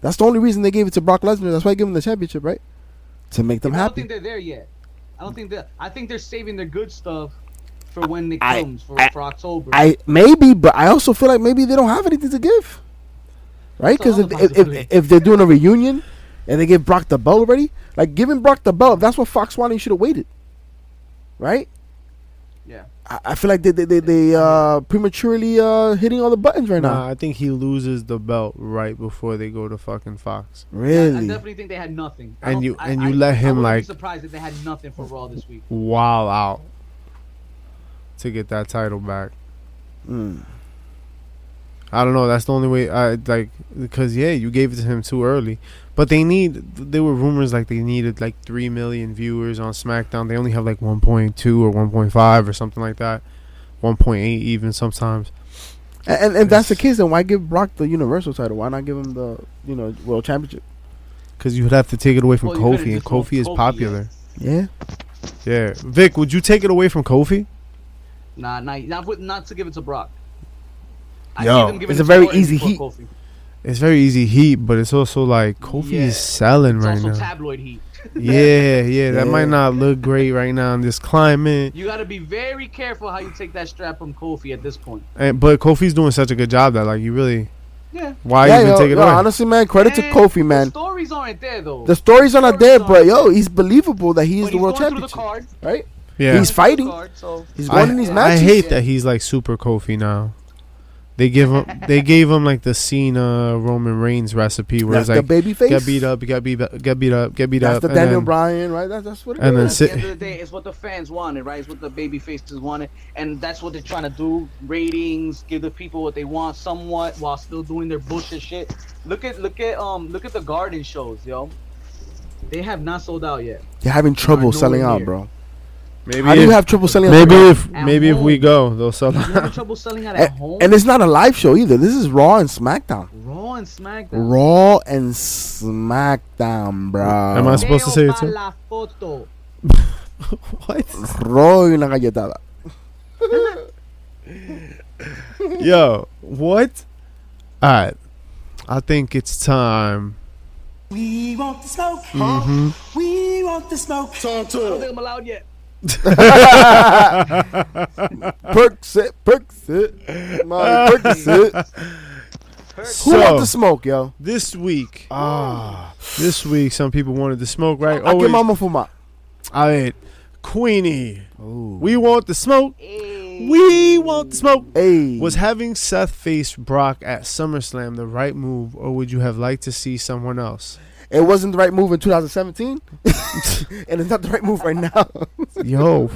Speaker 2: That's the only reason they gave it to Brock Lesnar. That's why they gave him the championship, right? To make them
Speaker 1: I don't
Speaker 2: happy.
Speaker 1: think they're there yet. I don't think that. I think they're saving their good stuff for when it
Speaker 2: I-
Speaker 1: comes for,
Speaker 2: I-
Speaker 1: for October.
Speaker 2: I maybe, but I also feel like maybe they don't have anything to give, right?
Speaker 1: That's
Speaker 2: Because if,
Speaker 1: another
Speaker 2: if, if
Speaker 1: possibility.
Speaker 2: if they're doing a reunion and they give Brock the belt already, like giving Brock the belt, if that's what Fox wanted. You should have waited, right?
Speaker 1: yeah.
Speaker 2: I, I feel like they they they, they uh, prematurely uh, hitting all the buttons right
Speaker 3: Nah,
Speaker 2: now.
Speaker 3: I think he loses the belt right before they go to fucking Fox.
Speaker 1: I
Speaker 2: Really,
Speaker 1: definitely think they had nothing. I
Speaker 3: And
Speaker 1: don't-
Speaker 3: you-
Speaker 1: I-
Speaker 3: and you
Speaker 1: I-
Speaker 3: let
Speaker 1: I
Speaker 3: him,
Speaker 1: wouldn't
Speaker 3: like-
Speaker 1: Be surprised if they had nothing for Raw this week.
Speaker 3: Wow out to get that title back.
Speaker 2: Mm.
Speaker 3: I don't know. That's the only way. I like because yeah, you gave it to him too early. But they need. There were rumors like they needed like three million viewers on SmackDown. They only have like one point two or one point five or something like that. One point eight even sometimes.
Speaker 2: and, and if that's the case, then why give Brock the Universal title? Why not give him the you know World Championship?
Speaker 3: Because you'd have to take it away from
Speaker 1: Well, Oh, you
Speaker 3: Kofi,
Speaker 1: could've
Speaker 3: and
Speaker 1: just gone
Speaker 3: Kofi is
Speaker 1: Kofi,
Speaker 3: popular.
Speaker 2: Yeah,
Speaker 3: Yeah, Vic, would you take it away from Kofi?
Speaker 1: Nah, nah, not with, not to give it to Brock. I
Speaker 3: Yo,
Speaker 1: see them giving
Speaker 2: it's
Speaker 1: it to
Speaker 2: a very
Speaker 1: Orton
Speaker 2: easy
Speaker 1: before
Speaker 2: heat.
Speaker 1: Kofi.
Speaker 3: It's very easy heat, but it's also like Kofi
Speaker 1: Yeah.
Speaker 3: is selling
Speaker 1: It's
Speaker 3: right
Speaker 1: also
Speaker 3: now.
Speaker 1: tabloid heat.
Speaker 3: yeah, yeah, that
Speaker 2: Yeah.
Speaker 3: might not look great right now in this climate.
Speaker 1: You got to be very careful how you take that strap from Kofi at this point.
Speaker 3: And, but Kofi's doing such a good job that like you really
Speaker 1: Yeah.
Speaker 3: why
Speaker 2: yeah,
Speaker 3: even
Speaker 2: yo,
Speaker 3: take it
Speaker 2: yo,
Speaker 3: away?
Speaker 2: honestly, man, credit to
Speaker 1: And
Speaker 2: Kofi, man.
Speaker 1: The stories aren't there though.
Speaker 2: The stories are not there,
Speaker 1: stories
Speaker 2: but
Speaker 1: aren't
Speaker 2: yo, he's believable that he
Speaker 1: But
Speaker 2: is the
Speaker 1: he's
Speaker 2: world
Speaker 1: going through
Speaker 2: champion,
Speaker 1: The card.
Speaker 2: right?
Speaker 3: yeah,
Speaker 2: He's fighting.
Speaker 1: Card, so
Speaker 2: He's
Speaker 3: I,
Speaker 2: winning these
Speaker 3: I
Speaker 2: matches.
Speaker 3: hate that he's like super Kofi now. They give him they gave him like the Cena Roman Reigns recipe where
Speaker 2: That's
Speaker 3: it's like
Speaker 2: the baby face.
Speaker 3: get beat up, get beat up, get beat up, get beat
Speaker 2: That's
Speaker 3: up.
Speaker 2: the
Speaker 3: and
Speaker 2: Daniel
Speaker 3: then-
Speaker 2: Bryan, right? That's that's what it
Speaker 3: and then
Speaker 2: is.
Speaker 1: At the end
Speaker 3: sit-
Speaker 1: of the day, it's what the fans wanted, right? It's what the baby faces wanted, and that's what they're trying to do: ratings, give the people what they want, somewhat, while still doing their bullshit shit. Look at, look at, um, look at the garden shows, yo. They have not sold out yet.
Speaker 2: They're having trouble
Speaker 1: Nowhere
Speaker 2: selling out,
Speaker 1: near.
Speaker 2: bro.
Speaker 3: Maybe
Speaker 2: How do you
Speaker 3: if-
Speaker 2: have trouble selling? out the
Speaker 3: maybe
Speaker 2: crowd?
Speaker 3: if
Speaker 1: At
Speaker 3: maybe if we
Speaker 1: home.
Speaker 3: go, they'll
Speaker 2: [laughs]
Speaker 3: sell.
Speaker 1: You having trouble selling that at home?
Speaker 2: A- and it's not a live show either. This is Raw and SmackDown.
Speaker 1: Raw and SmackDown.
Speaker 2: Raw and SmackDown, bro.
Speaker 3: Am I supposed to say it too?
Speaker 1: La foto.
Speaker 3: what?
Speaker 2: Raw y una galletada.
Speaker 3: [laughs] Yo, what? All right, I think it's time.
Speaker 6: We want the smoke.
Speaker 3: Mm-hmm.
Speaker 6: We want the smoke.
Speaker 4: Talk to
Speaker 1: I don't
Speaker 4: him.
Speaker 1: think I'm allowed yet.
Speaker 3: Ah.
Speaker 2: Perks it, perks it, mommy, perks it. Who
Speaker 3: So- Ah.
Speaker 2: want the smoke, yo?
Speaker 3: This week, this week, some people wanted to smoke, right?
Speaker 2: Uh, I
Speaker 3: Always,
Speaker 2: get mama fumar.
Speaker 3: all right, Queenie, we want the smoke. We want the smoke.
Speaker 2: Hey,
Speaker 3: Was having Seth face Brock at SummerSlam the right move, or would you have liked to see someone else?
Speaker 2: it wasn't the right move in 2017, and it's not the right move right now. For [laughs]
Speaker 3: Yo,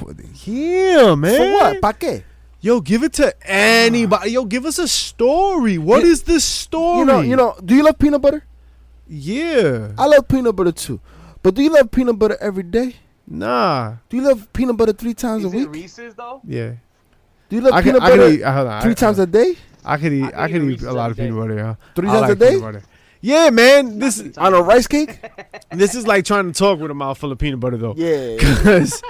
Speaker 3: yeah, man.
Speaker 2: what? Pa qué?
Speaker 3: Yo, give it to anybody. Yo, give us a story. What
Speaker 2: You-
Speaker 3: is this story?
Speaker 2: You know, you know. Do you love peanut butter?
Speaker 3: Yeah.
Speaker 2: I love peanut butter too, but do you love peanut butter every day?
Speaker 3: Nah.
Speaker 2: Do you love peanut butter three times
Speaker 1: Is
Speaker 2: a
Speaker 1: it
Speaker 2: week?
Speaker 1: Reese's though?
Speaker 3: Yeah.
Speaker 2: do you love
Speaker 3: I could,
Speaker 2: peanut
Speaker 3: I could
Speaker 2: butter
Speaker 3: eat. Hold on.
Speaker 2: three
Speaker 3: I,
Speaker 2: times
Speaker 3: I,
Speaker 2: a day?
Speaker 3: I could eat.
Speaker 1: could
Speaker 3: I
Speaker 1: eat
Speaker 3: could eat
Speaker 1: Reese's
Speaker 3: a lot of
Speaker 1: every
Speaker 3: peanut butter. Yeah.
Speaker 2: Three
Speaker 3: I
Speaker 2: times
Speaker 3: like
Speaker 2: a day?
Speaker 3: peanut butter. Yeah, man. This is
Speaker 2: On a rice cake?
Speaker 3: this is like trying to talk with a mouthful of peanut butter though.
Speaker 2: Yeah.
Speaker 3: [laughs] 'Cause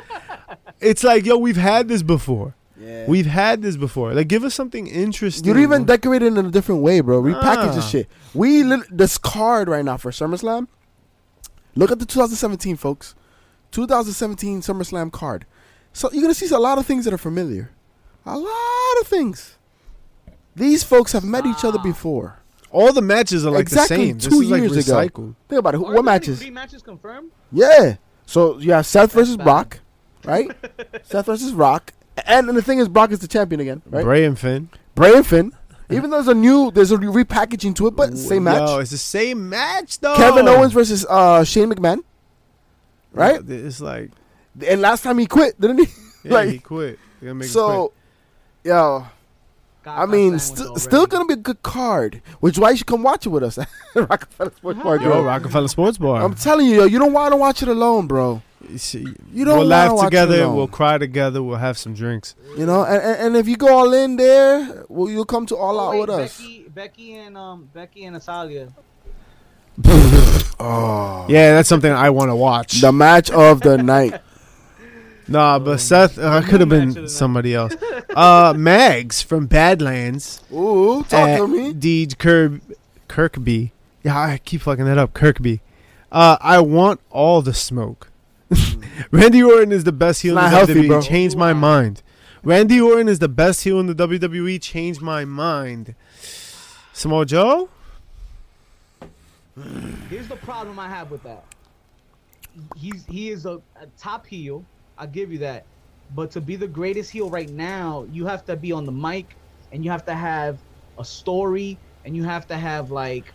Speaker 3: it's like, yo, we've had this before.
Speaker 2: yeah.
Speaker 3: We've had this before. Like, give us something interesting.
Speaker 2: You even decorate it in a different way, bro. Repackage the
Speaker 3: Ah.
Speaker 2: shit. We lit- this card right now for SummerSlam. Look at the 2017, folks. 2017 SummerSlam card. So you're gonna see a lot of things that are familiar. A lot of things. These folks have met each other before.
Speaker 3: all the matches are like
Speaker 2: exactly
Speaker 3: the same.
Speaker 2: two
Speaker 3: This is like
Speaker 2: years
Speaker 3: recycled.
Speaker 2: ago. Think about it. Who,
Speaker 1: Aren't
Speaker 2: what
Speaker 1: there only
Speaker 2: matches?
Speaker 1: Three matches confirmed.
Speaker 2: Yeah. So you have Seth versus
Speaker 1: bad.
Speaker 2: Brock, right? Seth versus Rock, and, and the thing is, Brock is the champion again, right?
Speaker 3: Bray and Finn.
Speaker 2: Bray and Finn. Even though there's a new, there's a repackaging to it, but same match.
Speaker 3: No, it's the same match though.
Speaker 2: Kevin Owens versus uh, Shane McMahon, right?
Speaker 3: It's like
Speaker 2: And last time he quit, didn't [laughs] he?
Speaker 3: yeah,
Speaker 2: like
Speaker 3: he quit. They gonna make him
Speaker 2: so, yo, I mean, st- still gonna be a good card, which why you should come watch it with us, [laughs] at Rockefeller Sports Park.
Speaker 3: quit. yo Rockefeller Sports Bar.
Speaker 2: I'm telling you, yo, you don't want to watch it alone, bro.
Speaker 3: You see,
Speaker 2: You don't
Speaker 3: We'll
Speaker 2: wanna
Speaker 3: laugh
Speaker 2: watch it
Speaker 3: together.
Speaker 2: alone.
Speaker 3: We'll cry together. We'll have some drinks.
Speaker 2: You know, and, and, and if you go all in there, well, you'll come to all out
Speaker 1: Oh, wait,
Speaker 2: with us.
Speaker 1: Becky, Becky and um, Becky and Natalia.
Speaker 3: Yeah, that's something I want to watch.
Speaker 2: Oh. The match of the [laughs] night.
Speaker 3: Nah, but Seth, uh, I could have
Speaker 1: match of the
Speaker 3: been
Speaker 1: night.
Speaker 3: somebody else. Uh, Mags from Badlands.
Speaker 2: Ooh, talk
Speaker 3: at
Speaker 2: to me.
Speaker 3: Deej Kirb, Kirkby. Yeah, I keep fucking that up. Kirkby. Uh, I want all the smoke. [laughs] Randy Orton is the best heel in the
Speaker 2: not healthy,
Speaker 3: WWE.
Speaker 2: bro.
Speaker 3: Change my mind. Randy Orton is the best heel in the WWE. Change my mind. Samoa Joe?
Speaker 1: Here's the problem I have with that. He's he is a, a top heel. I give you that. But to be the greatest heel right now, you have to be on the mic and you have to have a story and you have to have like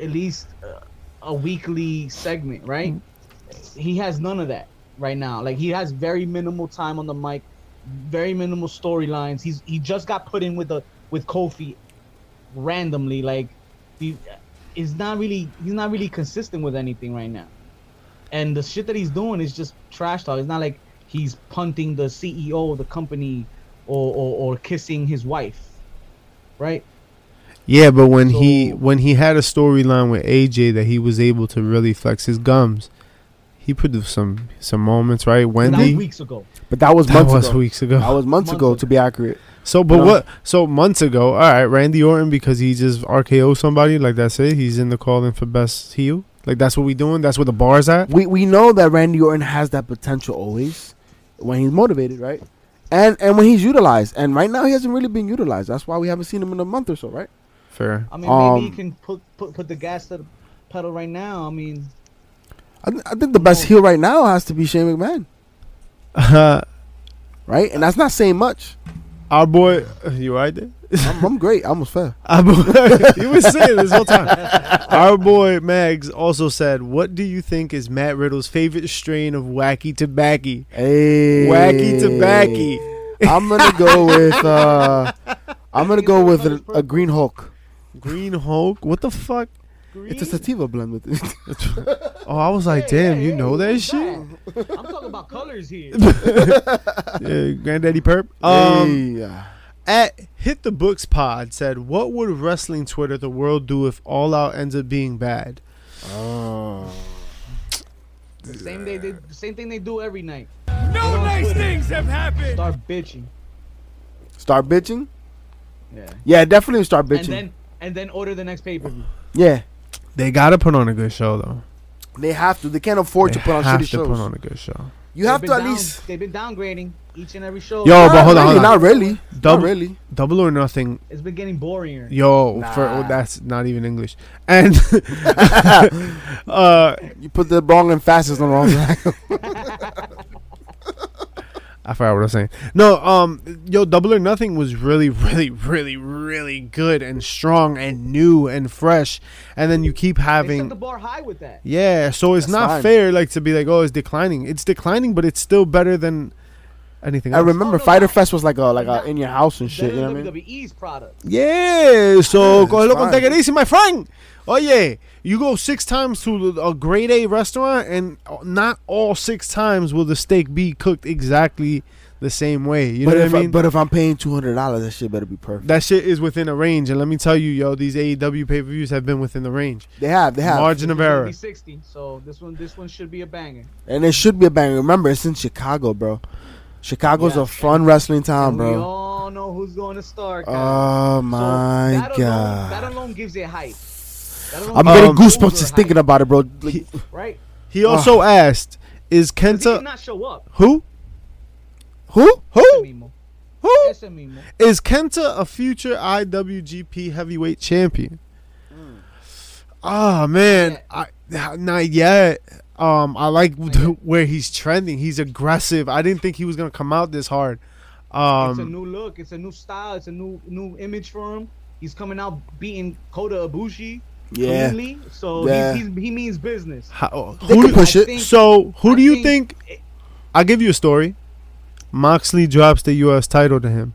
Speaker 1: at least uh, a weekly segment, right? He has none of that right now. Like he has very minimal time on the mic, very minimal storylines. He's he just got put in with the with Kofi randomly like he is not really he's not really consistent with anything right now and the shit that he's doing is just trash talk it's not like he's punting the ceo of the company or or, or kissing his wife right
Speaker 3: Yeah, but when he
Speaker 1: So-
Speaker 3: when he had a storyline with AJ that he was able to really flex his gums, he produced some some moments, right?
Speaker 1: And that was
Speaker 3: Wendy.
Speaker 1: weeks ago
Speaker 2: But that was
Speaker 3: That
Speaker 2: months
Speaker 3: was
Speaker 2: ago.
Speaker 3: weeks ago.
Speaker 2: That was months,
Speaker 1: Months
Speaker 2: ago,
Speaker 1: ago.
Speaker 2: to be accurate.
Speaker 3: So, but
Speaker 2: You know?
Speaker 3: what? So months ago, all right, Randy Orton because he just RKO somebody like that's it. He's in the calling for best heel. Like that's what we doing. That's what the bar's at.
Speaker 2: We we know that Randy Orton has that potential always when he's motivated, right? And and when he's utilized. And right now he hasn't really been utilized. That's why we haven't seen him in a month or so, right?
Speaker 3: [laughs] Fair.
Speaker 1: i mean maybe
Speaker 2: Um,
Speaker 1: he can put, put put the gas to the pedal right now i mean
Speaker 2: I, th- I think the best heel right now has to be Shane McMahon,
Speaker 3: Uh,
Speaker 2: right? And that's not saying much.
Speaker 3: our boy, [laughs] you right there?
Speaker 2: I'm, I'm great. I almost fell.
Speaker 3: Our boy, [laughs] he was saying this whole time. Our boy Mags also said, "What do you think is Matt Riddle's favorite strain of wacky tobacco?
Speaker 2: Hey.
Speaker 3: Wacky tobacco.
Speaker 2: I'm gonna go with uh I'm gonna go with a, a Green Hulk.
Speaker 3: Green Hulk. What the fuck?
Speaker 2: It's a sativa blend with it.
Speaker 1: [laughs]
Speaker 3: Oh, I was like, damn, you know that shit?
Speaker 1: I'm talking about colors
Speaker 3: [laughs]
Speaker 1: here.
Speaker 3: Yeah, Granddaddy Perp. Um,
Speaker 2: [laughs] yeah.
Speaker 3: At Hit the Books Pod said, "What would wrestling Twitter the world do if All Out ends up being bad?"
Speaker 2: Oh.
Speaker 1: The same they did, the same thing they do every night.
Speaker 4: No nice things have happened.
Speaker 1: Start bitching.
Speaker 2: Start bitching?
Speaker 1: Yeah.
Speaker 2: Yeah, definitely start bitching.
Speaker 1: And then and then order the next pay per view.
Speaker 2: yeah.
Speaker 3: They gotta put on a good show, though.
Speaker 2: They have to. They can't afford
Speaker 3: They
Speaker 2: to put on
Speaker 3: have
Speaker 2: shitty
Speaker 3: to
Speaker 2: shows.
Speaker 3: put on a good show.
Speaker 2: You have to at least.
Speaker 1: They've been downgrading each and every show.
Speaker 3: Yo,
Speaker 2: Not
Speaker 3: but hold on,
Speaker 2: really,
Speaker 3: hold on.
Speaker 2: Not really.
Speaker 3: Double-
Speaker 2: Not really.
Speaker 3: Double or nothing.
Speaker 1: It's been getting boringer.
Speaker 3: Yo, for,
Speaker 2: Nah.
Speaker 3: that's not even English. And [laughs] uh,
Speaker 2: You put the wrong and fastest on
Speaker 3: [laughs]
Speaker 2: the wrong track.
Speaker 3: I forgot what I was saying. No, um, yo, Double or Nothing was really, really, really, really good and strong and new and fresh. And then you keep
Speaker 1: They set
Speaker 3: having,
Speaker 1: the bar high with that.
Speaker 3: yeah. So it's
Speaker 2: That's
Speaker 3: not
Speaker 2: fine.
Speaker 3: fair, like to be like, oh, it's declining. It's declining, but it's still better than anything.
Speaker 2: I
Speaker 3: Else.
Speaker 2: remember
Speaker 1: no,
Speaker 2: Fighter
Speaker 1: no.
Speaker 2: Fest was like a like a in your house and
Speaker 1: Better
Speaker 2: shit. You know
Speaker 1: than
Speaker 3: E.
Speaker 2: what I mean?
Speaker 1: WWE's product.
Speaker 3: Yeah,
Speaker 2: [laughs]
Speaker 3: so go look
Speaker 2: fine.
Speaker 3: take it easy, my friend. Oh yeah, you go six times to a grade A restaurant, and not all six times will the steak be cooked exactly the same way. You know
Speaker 2: but
Speaker 3: what
Speaker 2: if
Speaker 3: I
Speaker 2: I
Speaker 3: mean?
Speaker 2: but if I'm paying two hundred dollars, that shit better be perfect.
Speaker 3: that shit is within a range, and let me tell you, yo, these AEW pay per views have been within the range,
Speaker 2: They have, they have,
Speaker 3: margin of
Speaker 1: It's gonna
Speaker 3: error.
Speaker 1: be 60, E so this one this one should be a banger.
Speaker 2: and it should be a bang. Remember, it's in Chicago, bro. Chicago's
Speaker 1: Yeah.
Speaker 2: a fun wrestling town,
Speaker 1: And We
Speaker 2: bro.
Speaker 1: all know who's going to start. guys.
Speaker 2: Oh
Speaker 1: So
Speaker 2: my
Speaker 1: that alone- that
Speaker 2: god,
Speaker 1: alone gives it hype. That alone
Speaker 2: I'm
Speaker 1: gives
Speaker 3: Um,
Speaker 2: getting
Speaker 1: it
Speaker 2: goosebumps
Speaker 1: over
Speaker 2: just
Speaker 1: hype,
Speaker 2: thinking about it, bro. Like,
Speaker 1: Right?
Speaker 3: He also asked, "Is
Speaker 1: 'Cause he
Speaker 3: Kenta
Speaker 1: did not show up.
Speaker 3: who?
Speaker 2: who?
Speaker 1: Ese
Speaker 3: Who?
Speaker 1: mismo.
Speaker 3: Who
Speaker 1: Ese mismo.
Speaker 3: is Kenta a future IWGP Heavyweight Champion?"
Speaker 1: Mm.
Speaker 3: Ah man, I not yet. Um, I like the, where he's trending. He's aggressive. I didn't think he was gonna come out this hard.
Speaker 1: it's a
Speaker 3: Um,
Speaker 1: new look. It's a new style. It's a new new image for him. He's coming out beating Kota Ibushi
Speaker 2: Yeah,
Speaker 1: cleanly, so
Speaker 2: Yeah.
Speaker 1: he's, he's, he means business.
Speaker 3: how, oh,
Speaker 2: they
Speaker 3: who
Speaker 2: can
Speaker 3: do,
Speaker 2: push it.
Speaker 1: think-
Speaker 3: so who
Speaker 1: I
Speaker 3: do you think? I'll give you a story. Moxley drops the U.S. title to him,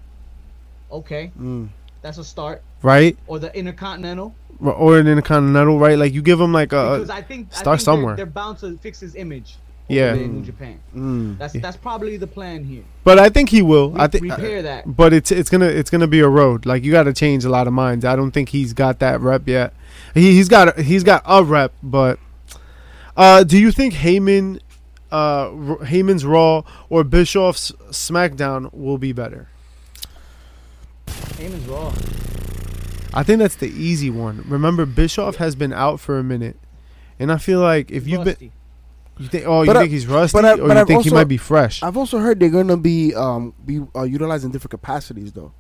Speaker 1: Okay,
Speaker 2: Mm.
Speaker 1: that's a start.
Speaker 3: right?
Speaker 1: Or the Intercontinental,
Speaker 3: Or- Or an Intercontinental, right? Like you give him like
Speaker 1: because
Speaker 3: a
Speaker 1: I think
Speaker 3: Uh, start
Speaker 1: I think they're-
Speaker 3: somewhere.
Speaker 1: They're, bound to fix his image. over
Speaker 3: yeah,
Speaker 1: there in New Japan.
Speaker 2: Mm.
Speaker 1: That's
Speaker 3: Yeah.
Speaker 1: that's probably the plan here.
Speaker 3: but I think he will. I
Speaker 1: Re-
Speaker 3: think
Speaker 1: repair that.
Speaker 3: but it's it's gonna it's gonna be a road. Like you got to change a lot of minds. I don't think he's got that rep yet. He, he's got he's got a rep, but uh, do you think Heyman, uh, R- Heyman's Raw or Bischoff's SmackDown will be better?
Speaker 1: Heyman's raw.
Speaker 3: I think that's the easy one. Remember, Bischoff has been out for a minute, and I feel like if you've been,
Speaker 1: Rusty.
Speaker 3: you think oh, you
Speaker 2: But I-
Speaker 3: think he's rusty,
Speaker 2: but I-
Speaker 3: or
Speaker 2: but
Speaker 3: you
Speaker 2: I've
Speaker 3: think he
Speaker 2: also-
Speaker 3: might be fresh.
Speaker 2: I've also heard they're gonna be um be uh, utilizing different capacities though.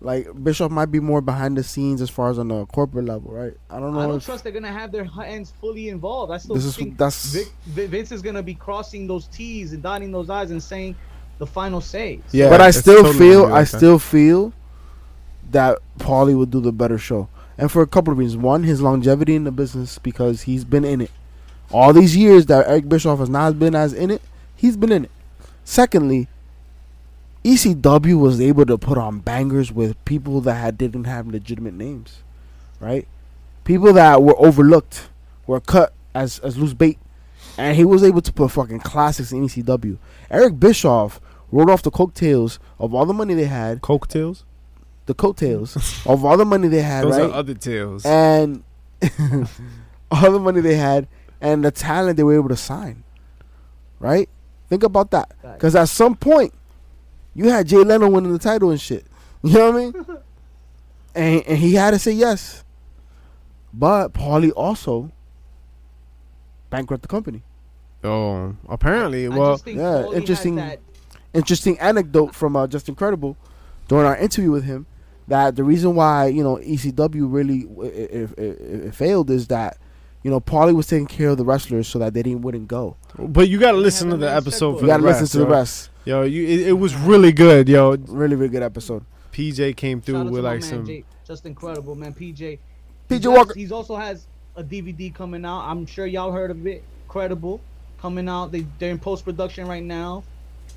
Speaker 2: Like Bishop might be more behind the scenes as far as on the corporate level, right? I don't know.
Speaker 1: I don't
Speaker 2: if-
Speaker 1: trust they're gonna have their hands fully involved. I still
Speaker 2: This is-
Speaker 1: think
Speaker 2: that's-
Speaker 1: Vic, Vin- Vince is gonna be crossing those T's and dotting those I's and saying the final say.
Speaker 3: yeah,
Speaker 2: but I
Speaker 3: it's
Speaker 2: still
Speaker 3: totally
Speaker 2: feel
Speaker 3: gonna be
Speaker 2: I
Speaker 3: like that.
Speaker 2: still feel that Paulie would do the better show, and for a couple of reasons. One, his longevity in the business because he's been in it all these years that Eric Bischoff has not been as in it. He's been in it. Secondly, ECW was able to put on bangers with people that had, didn't have legitimate names, right? People that were overlooked, were cut as as loose bait, and he was able to put fucking classics in ECW. Eric Bischoff rolled off the coattails of all the money they had,
Speaker 3: Coke tails.
Speaker 2: the
Speaker 3: [laughs]
Speaker 2: coattails of all the money they had,
Speaker 3: Those
Speaker 2: right?
Speaker 3: are other tails.
Speaker 2: and [laughs] all the money they had and the talent they were able to sign. Right? Think about that. Because at some point, you had Jay Leno winning the title and shit. You know what I mean? and, and he had to say yes. But Paulie also bankrupt the company.
Speaker 3: Oh, apparently,
Speaker 1: I
Speaker 3: well,
Speaker 1: just think
Speaker 2: yeah,
Speaker 1: Foley has
Speaker 2: interesting-
Speaker 1: that-
Speaker 2: interesting anecdote from uh, Just Incredible during our interview with him that the reason why you know ECW really it, it, it, it failed is that you know Paulie was taking care of the wrestlers so that they didn't wouldn't go.
Speaker 3: But you gotta
Speaker 1: They
Speaker 3: listen to
Speaker 1: have a
Speaker 3: the
Speaker 1: nice
Speaker 3: episode.
Speaker 1: checkbook.
Speaker 3: For
Speaker 2: you got to
Speaker 3: the
Speaker 2: listen
Speaker 3: rest,
Speaker 2: to the
Speaker 3: yo.
Speaker 2: rest.
Speaker 3: Yo, you it, it was really good. Yo,
Speaker 2: Really, really good episode.
Speaker 3: PJ came
Speaker 1: Shout
Speaker 3: through
Speaker 1: out
Speaker 3: with
Speaker 1: to my
Speaker 3: like
Speaker 1: man,
Speaker 3: some.
Speaker 1: Jay- just incredible, man. PJ.
Speaker 2: PJ
Speaker 1: He's al-
Speaker 2: Walker.
Speaker 1: He's also has a DVD coming out. I'm sure y'all heard of it. Credible coming out. They they're in post production right now.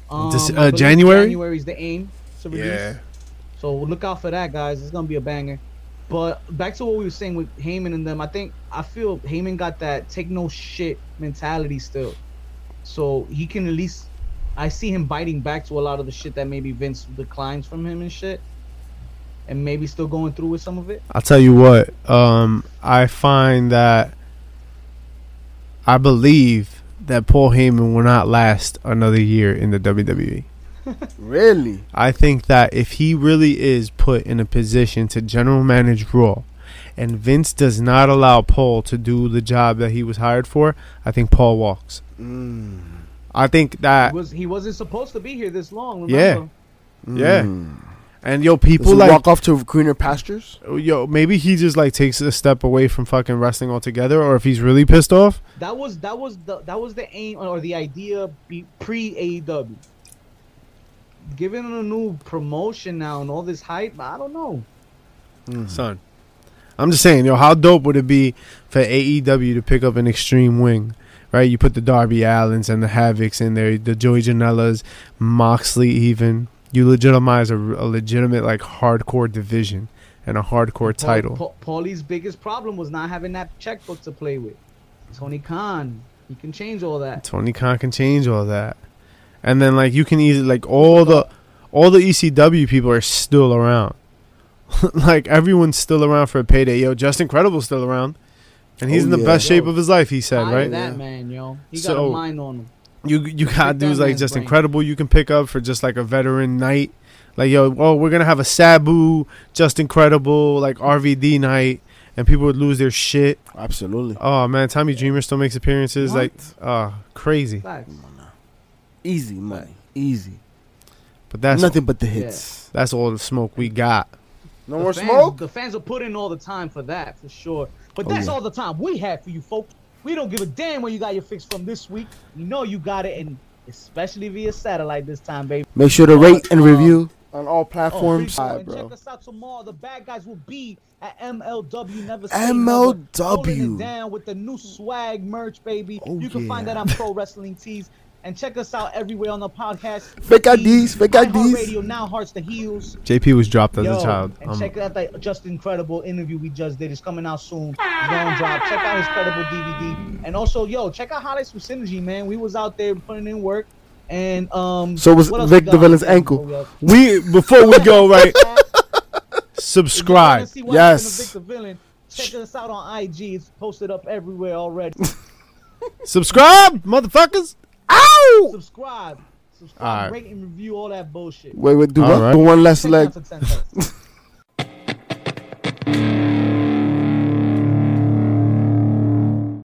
Speaker 1: Um,
Speaker 3: This-
Speaker 1: I
Speaker 3: uh,
Speaker 1: believe
Speaker 3: January?
Speaker 1: January is the aim to release. So look out for that, guys. It's gonna be a banger. But back to what we were saying with Heyman and them, I think I feel Heyman got that take no shit mentality still. So he can at least, I see him biting back to a lot of the shit that maybe Vince declines from him and shit, and maybe still going through with some of it.
Speaker 3: I'll tell you what. Um, I find that I believe that Paul Heyman will not last another year in the WWE.
Speaker 2: Really?
Speaker 3: I think that if he really is put in a position to general manage Raw, and Vince does not allow Paul to do the job that he was hired for, I think Paul walks.
Speaker 2: Mm.
Speaker 3: I think that
Speaker 1: He was he wasn't supposed to be here this long? Remember?
Speaker 3: Yeah. yeah. And yo, people
Speaker 2: Mm. Does he
Speaker 3: like
Speaker 2: walk off to greener pastures?
Speaker 3: yo, maybe he just like takes a step away from fucking wrestling altogether, or if he's really pissed off,
Speaker 1: That was that was the that was the aim or the idea be, E pre AEW. Given him a new promotion now and all this hype, I don't know.
Speaker 3: son. I'm just saying, yo, how dope would it be for AEW to pick up an extreme wing, right? You put the Darby Allens and the Havocs in there, the Joey Janellas, Moxley, even. You legitimize a, a legitimate like hardcore division and a hardcore title.
Speaker 1: Paul, Paul- Paulie's biggest problem was not having that checkbook to play with. Tony Khan, he can change all that.
Speaker 3: Tony Khan can change all that, and then like you can easily like all the all the ECW people are still around. [laughs] like everyone's still around for a payday. Yo, Justin Credible's still around, and he's
Speaker 2: Oh,
Speaker 3: in the
Speaker 2: yeah.
Speaker 3: best shape of his life. He said,
Speaker 1: Eye
Speaker 3: right?
Speaker 1: that man, yo, he got
Speaker 3: So-
Speaker 1: a mind on him.
Speaker 3: You you got
Speaker 1: that
Speaker 3: dudes like
Speaker 1: man's
Speaker 3: just
Speaker 1: brain.
Speaker 3: incredible. You can pick up for just like a veteran night. Like yo, oh, we're gonna have a Sabu, just incredible, like RVD night, and people would lose their shit.
Speaker 2: Absolutely.
Speaker 3: Oh man, Tommy Dreamer still makes appearances.
Speaker 1: What?
Speaker 3: Like, uh, crazy.
Speaker 1: Facts.
Speaker 2: Easy money. Easy.
Speaker 3: But that's
Speaker 2: Nothing but the hits.
Speaker 3: that's all the smoke we got.
Speaker 2: No
Speaker 1: The
Speaker 2: more
Speaker 1: fans-
Speaker 2: smoke?
Speaker 1: The fans will put in all the time for that, for sure.
Speaker 3: Oh,
Speaker 1: But that's all the time we have for you folks. We don't give a damn where you got your fix from this week. You know you got it, and especially via satellite this time, baby.
Speaker 2: Make sure to rate and review
Speaker 3: Oh,
Speaker 2: on all platforms.
Speaker 1: Oh,
Speaker 2: Hi,
Speaker 1: and
Speaker 2: bro.
Speaker 1: Check us out tomorrow. The bad guys will be at MLW Never Say
Speaker 2: MLW.
Speaker 1: Never, holding it down with the new swag merch, baby.
Speaker 2: Oh,
Speaker 1: you can find
Speaker 2: yeah.
Speaker 1: that on Pro Wrestling Tees. And check us out everywhere on the podcast.
Speaker 2: Fake IDs, fake IDs.
Speaker 1: Radio now hearts to heels.
Speaker 3: JP was dropped as
Speaker 1: Yo,
Speaker 3: a child.
Speaker 1: And
Speaker 3: Um,
Speaker 1: check out that just incredible interview we just did. It's coming out soon. It's Going drop. Check out his credible DVD. And also, yo, check out highlights from Synergy, man. We was out there putting in work. And um,
Speaker 2: So was
Speaker 1: what else
Speaker 2: Vic
Speaker 1: we got?
Speaker 2: DeVilla's ankle.
Speaker 1: Oh, yeah. If you
Speaker 3: we before we go
Speaker 1: [laughs]
Speaker 3: right,
Speaker 1: wanna
Speaker 3: subscribe.
Speaker 1: see what happened to
Speaker 2: Yes.
Speaker 1: Vic the Villain, Check us out on IG. It's posted up everywhere
Speaker 2: [laughs]
Speaker 1: already.
Speaker 3: Subscribe, motherfuckers. Ow!
Speaker 1: Subscribe.
Speaker 3: Alright.
Speaker 1: Subscribe, rate and review all that bullshit.
Speaker 2: Wait, wait, do
Speaker 3: All
Speaker 2: one,
Speaker 3: right.
Speaker 2: do one less
Speaker 1: Ten
Speaker 2: leg.
Speaker 1: times for ten bucks.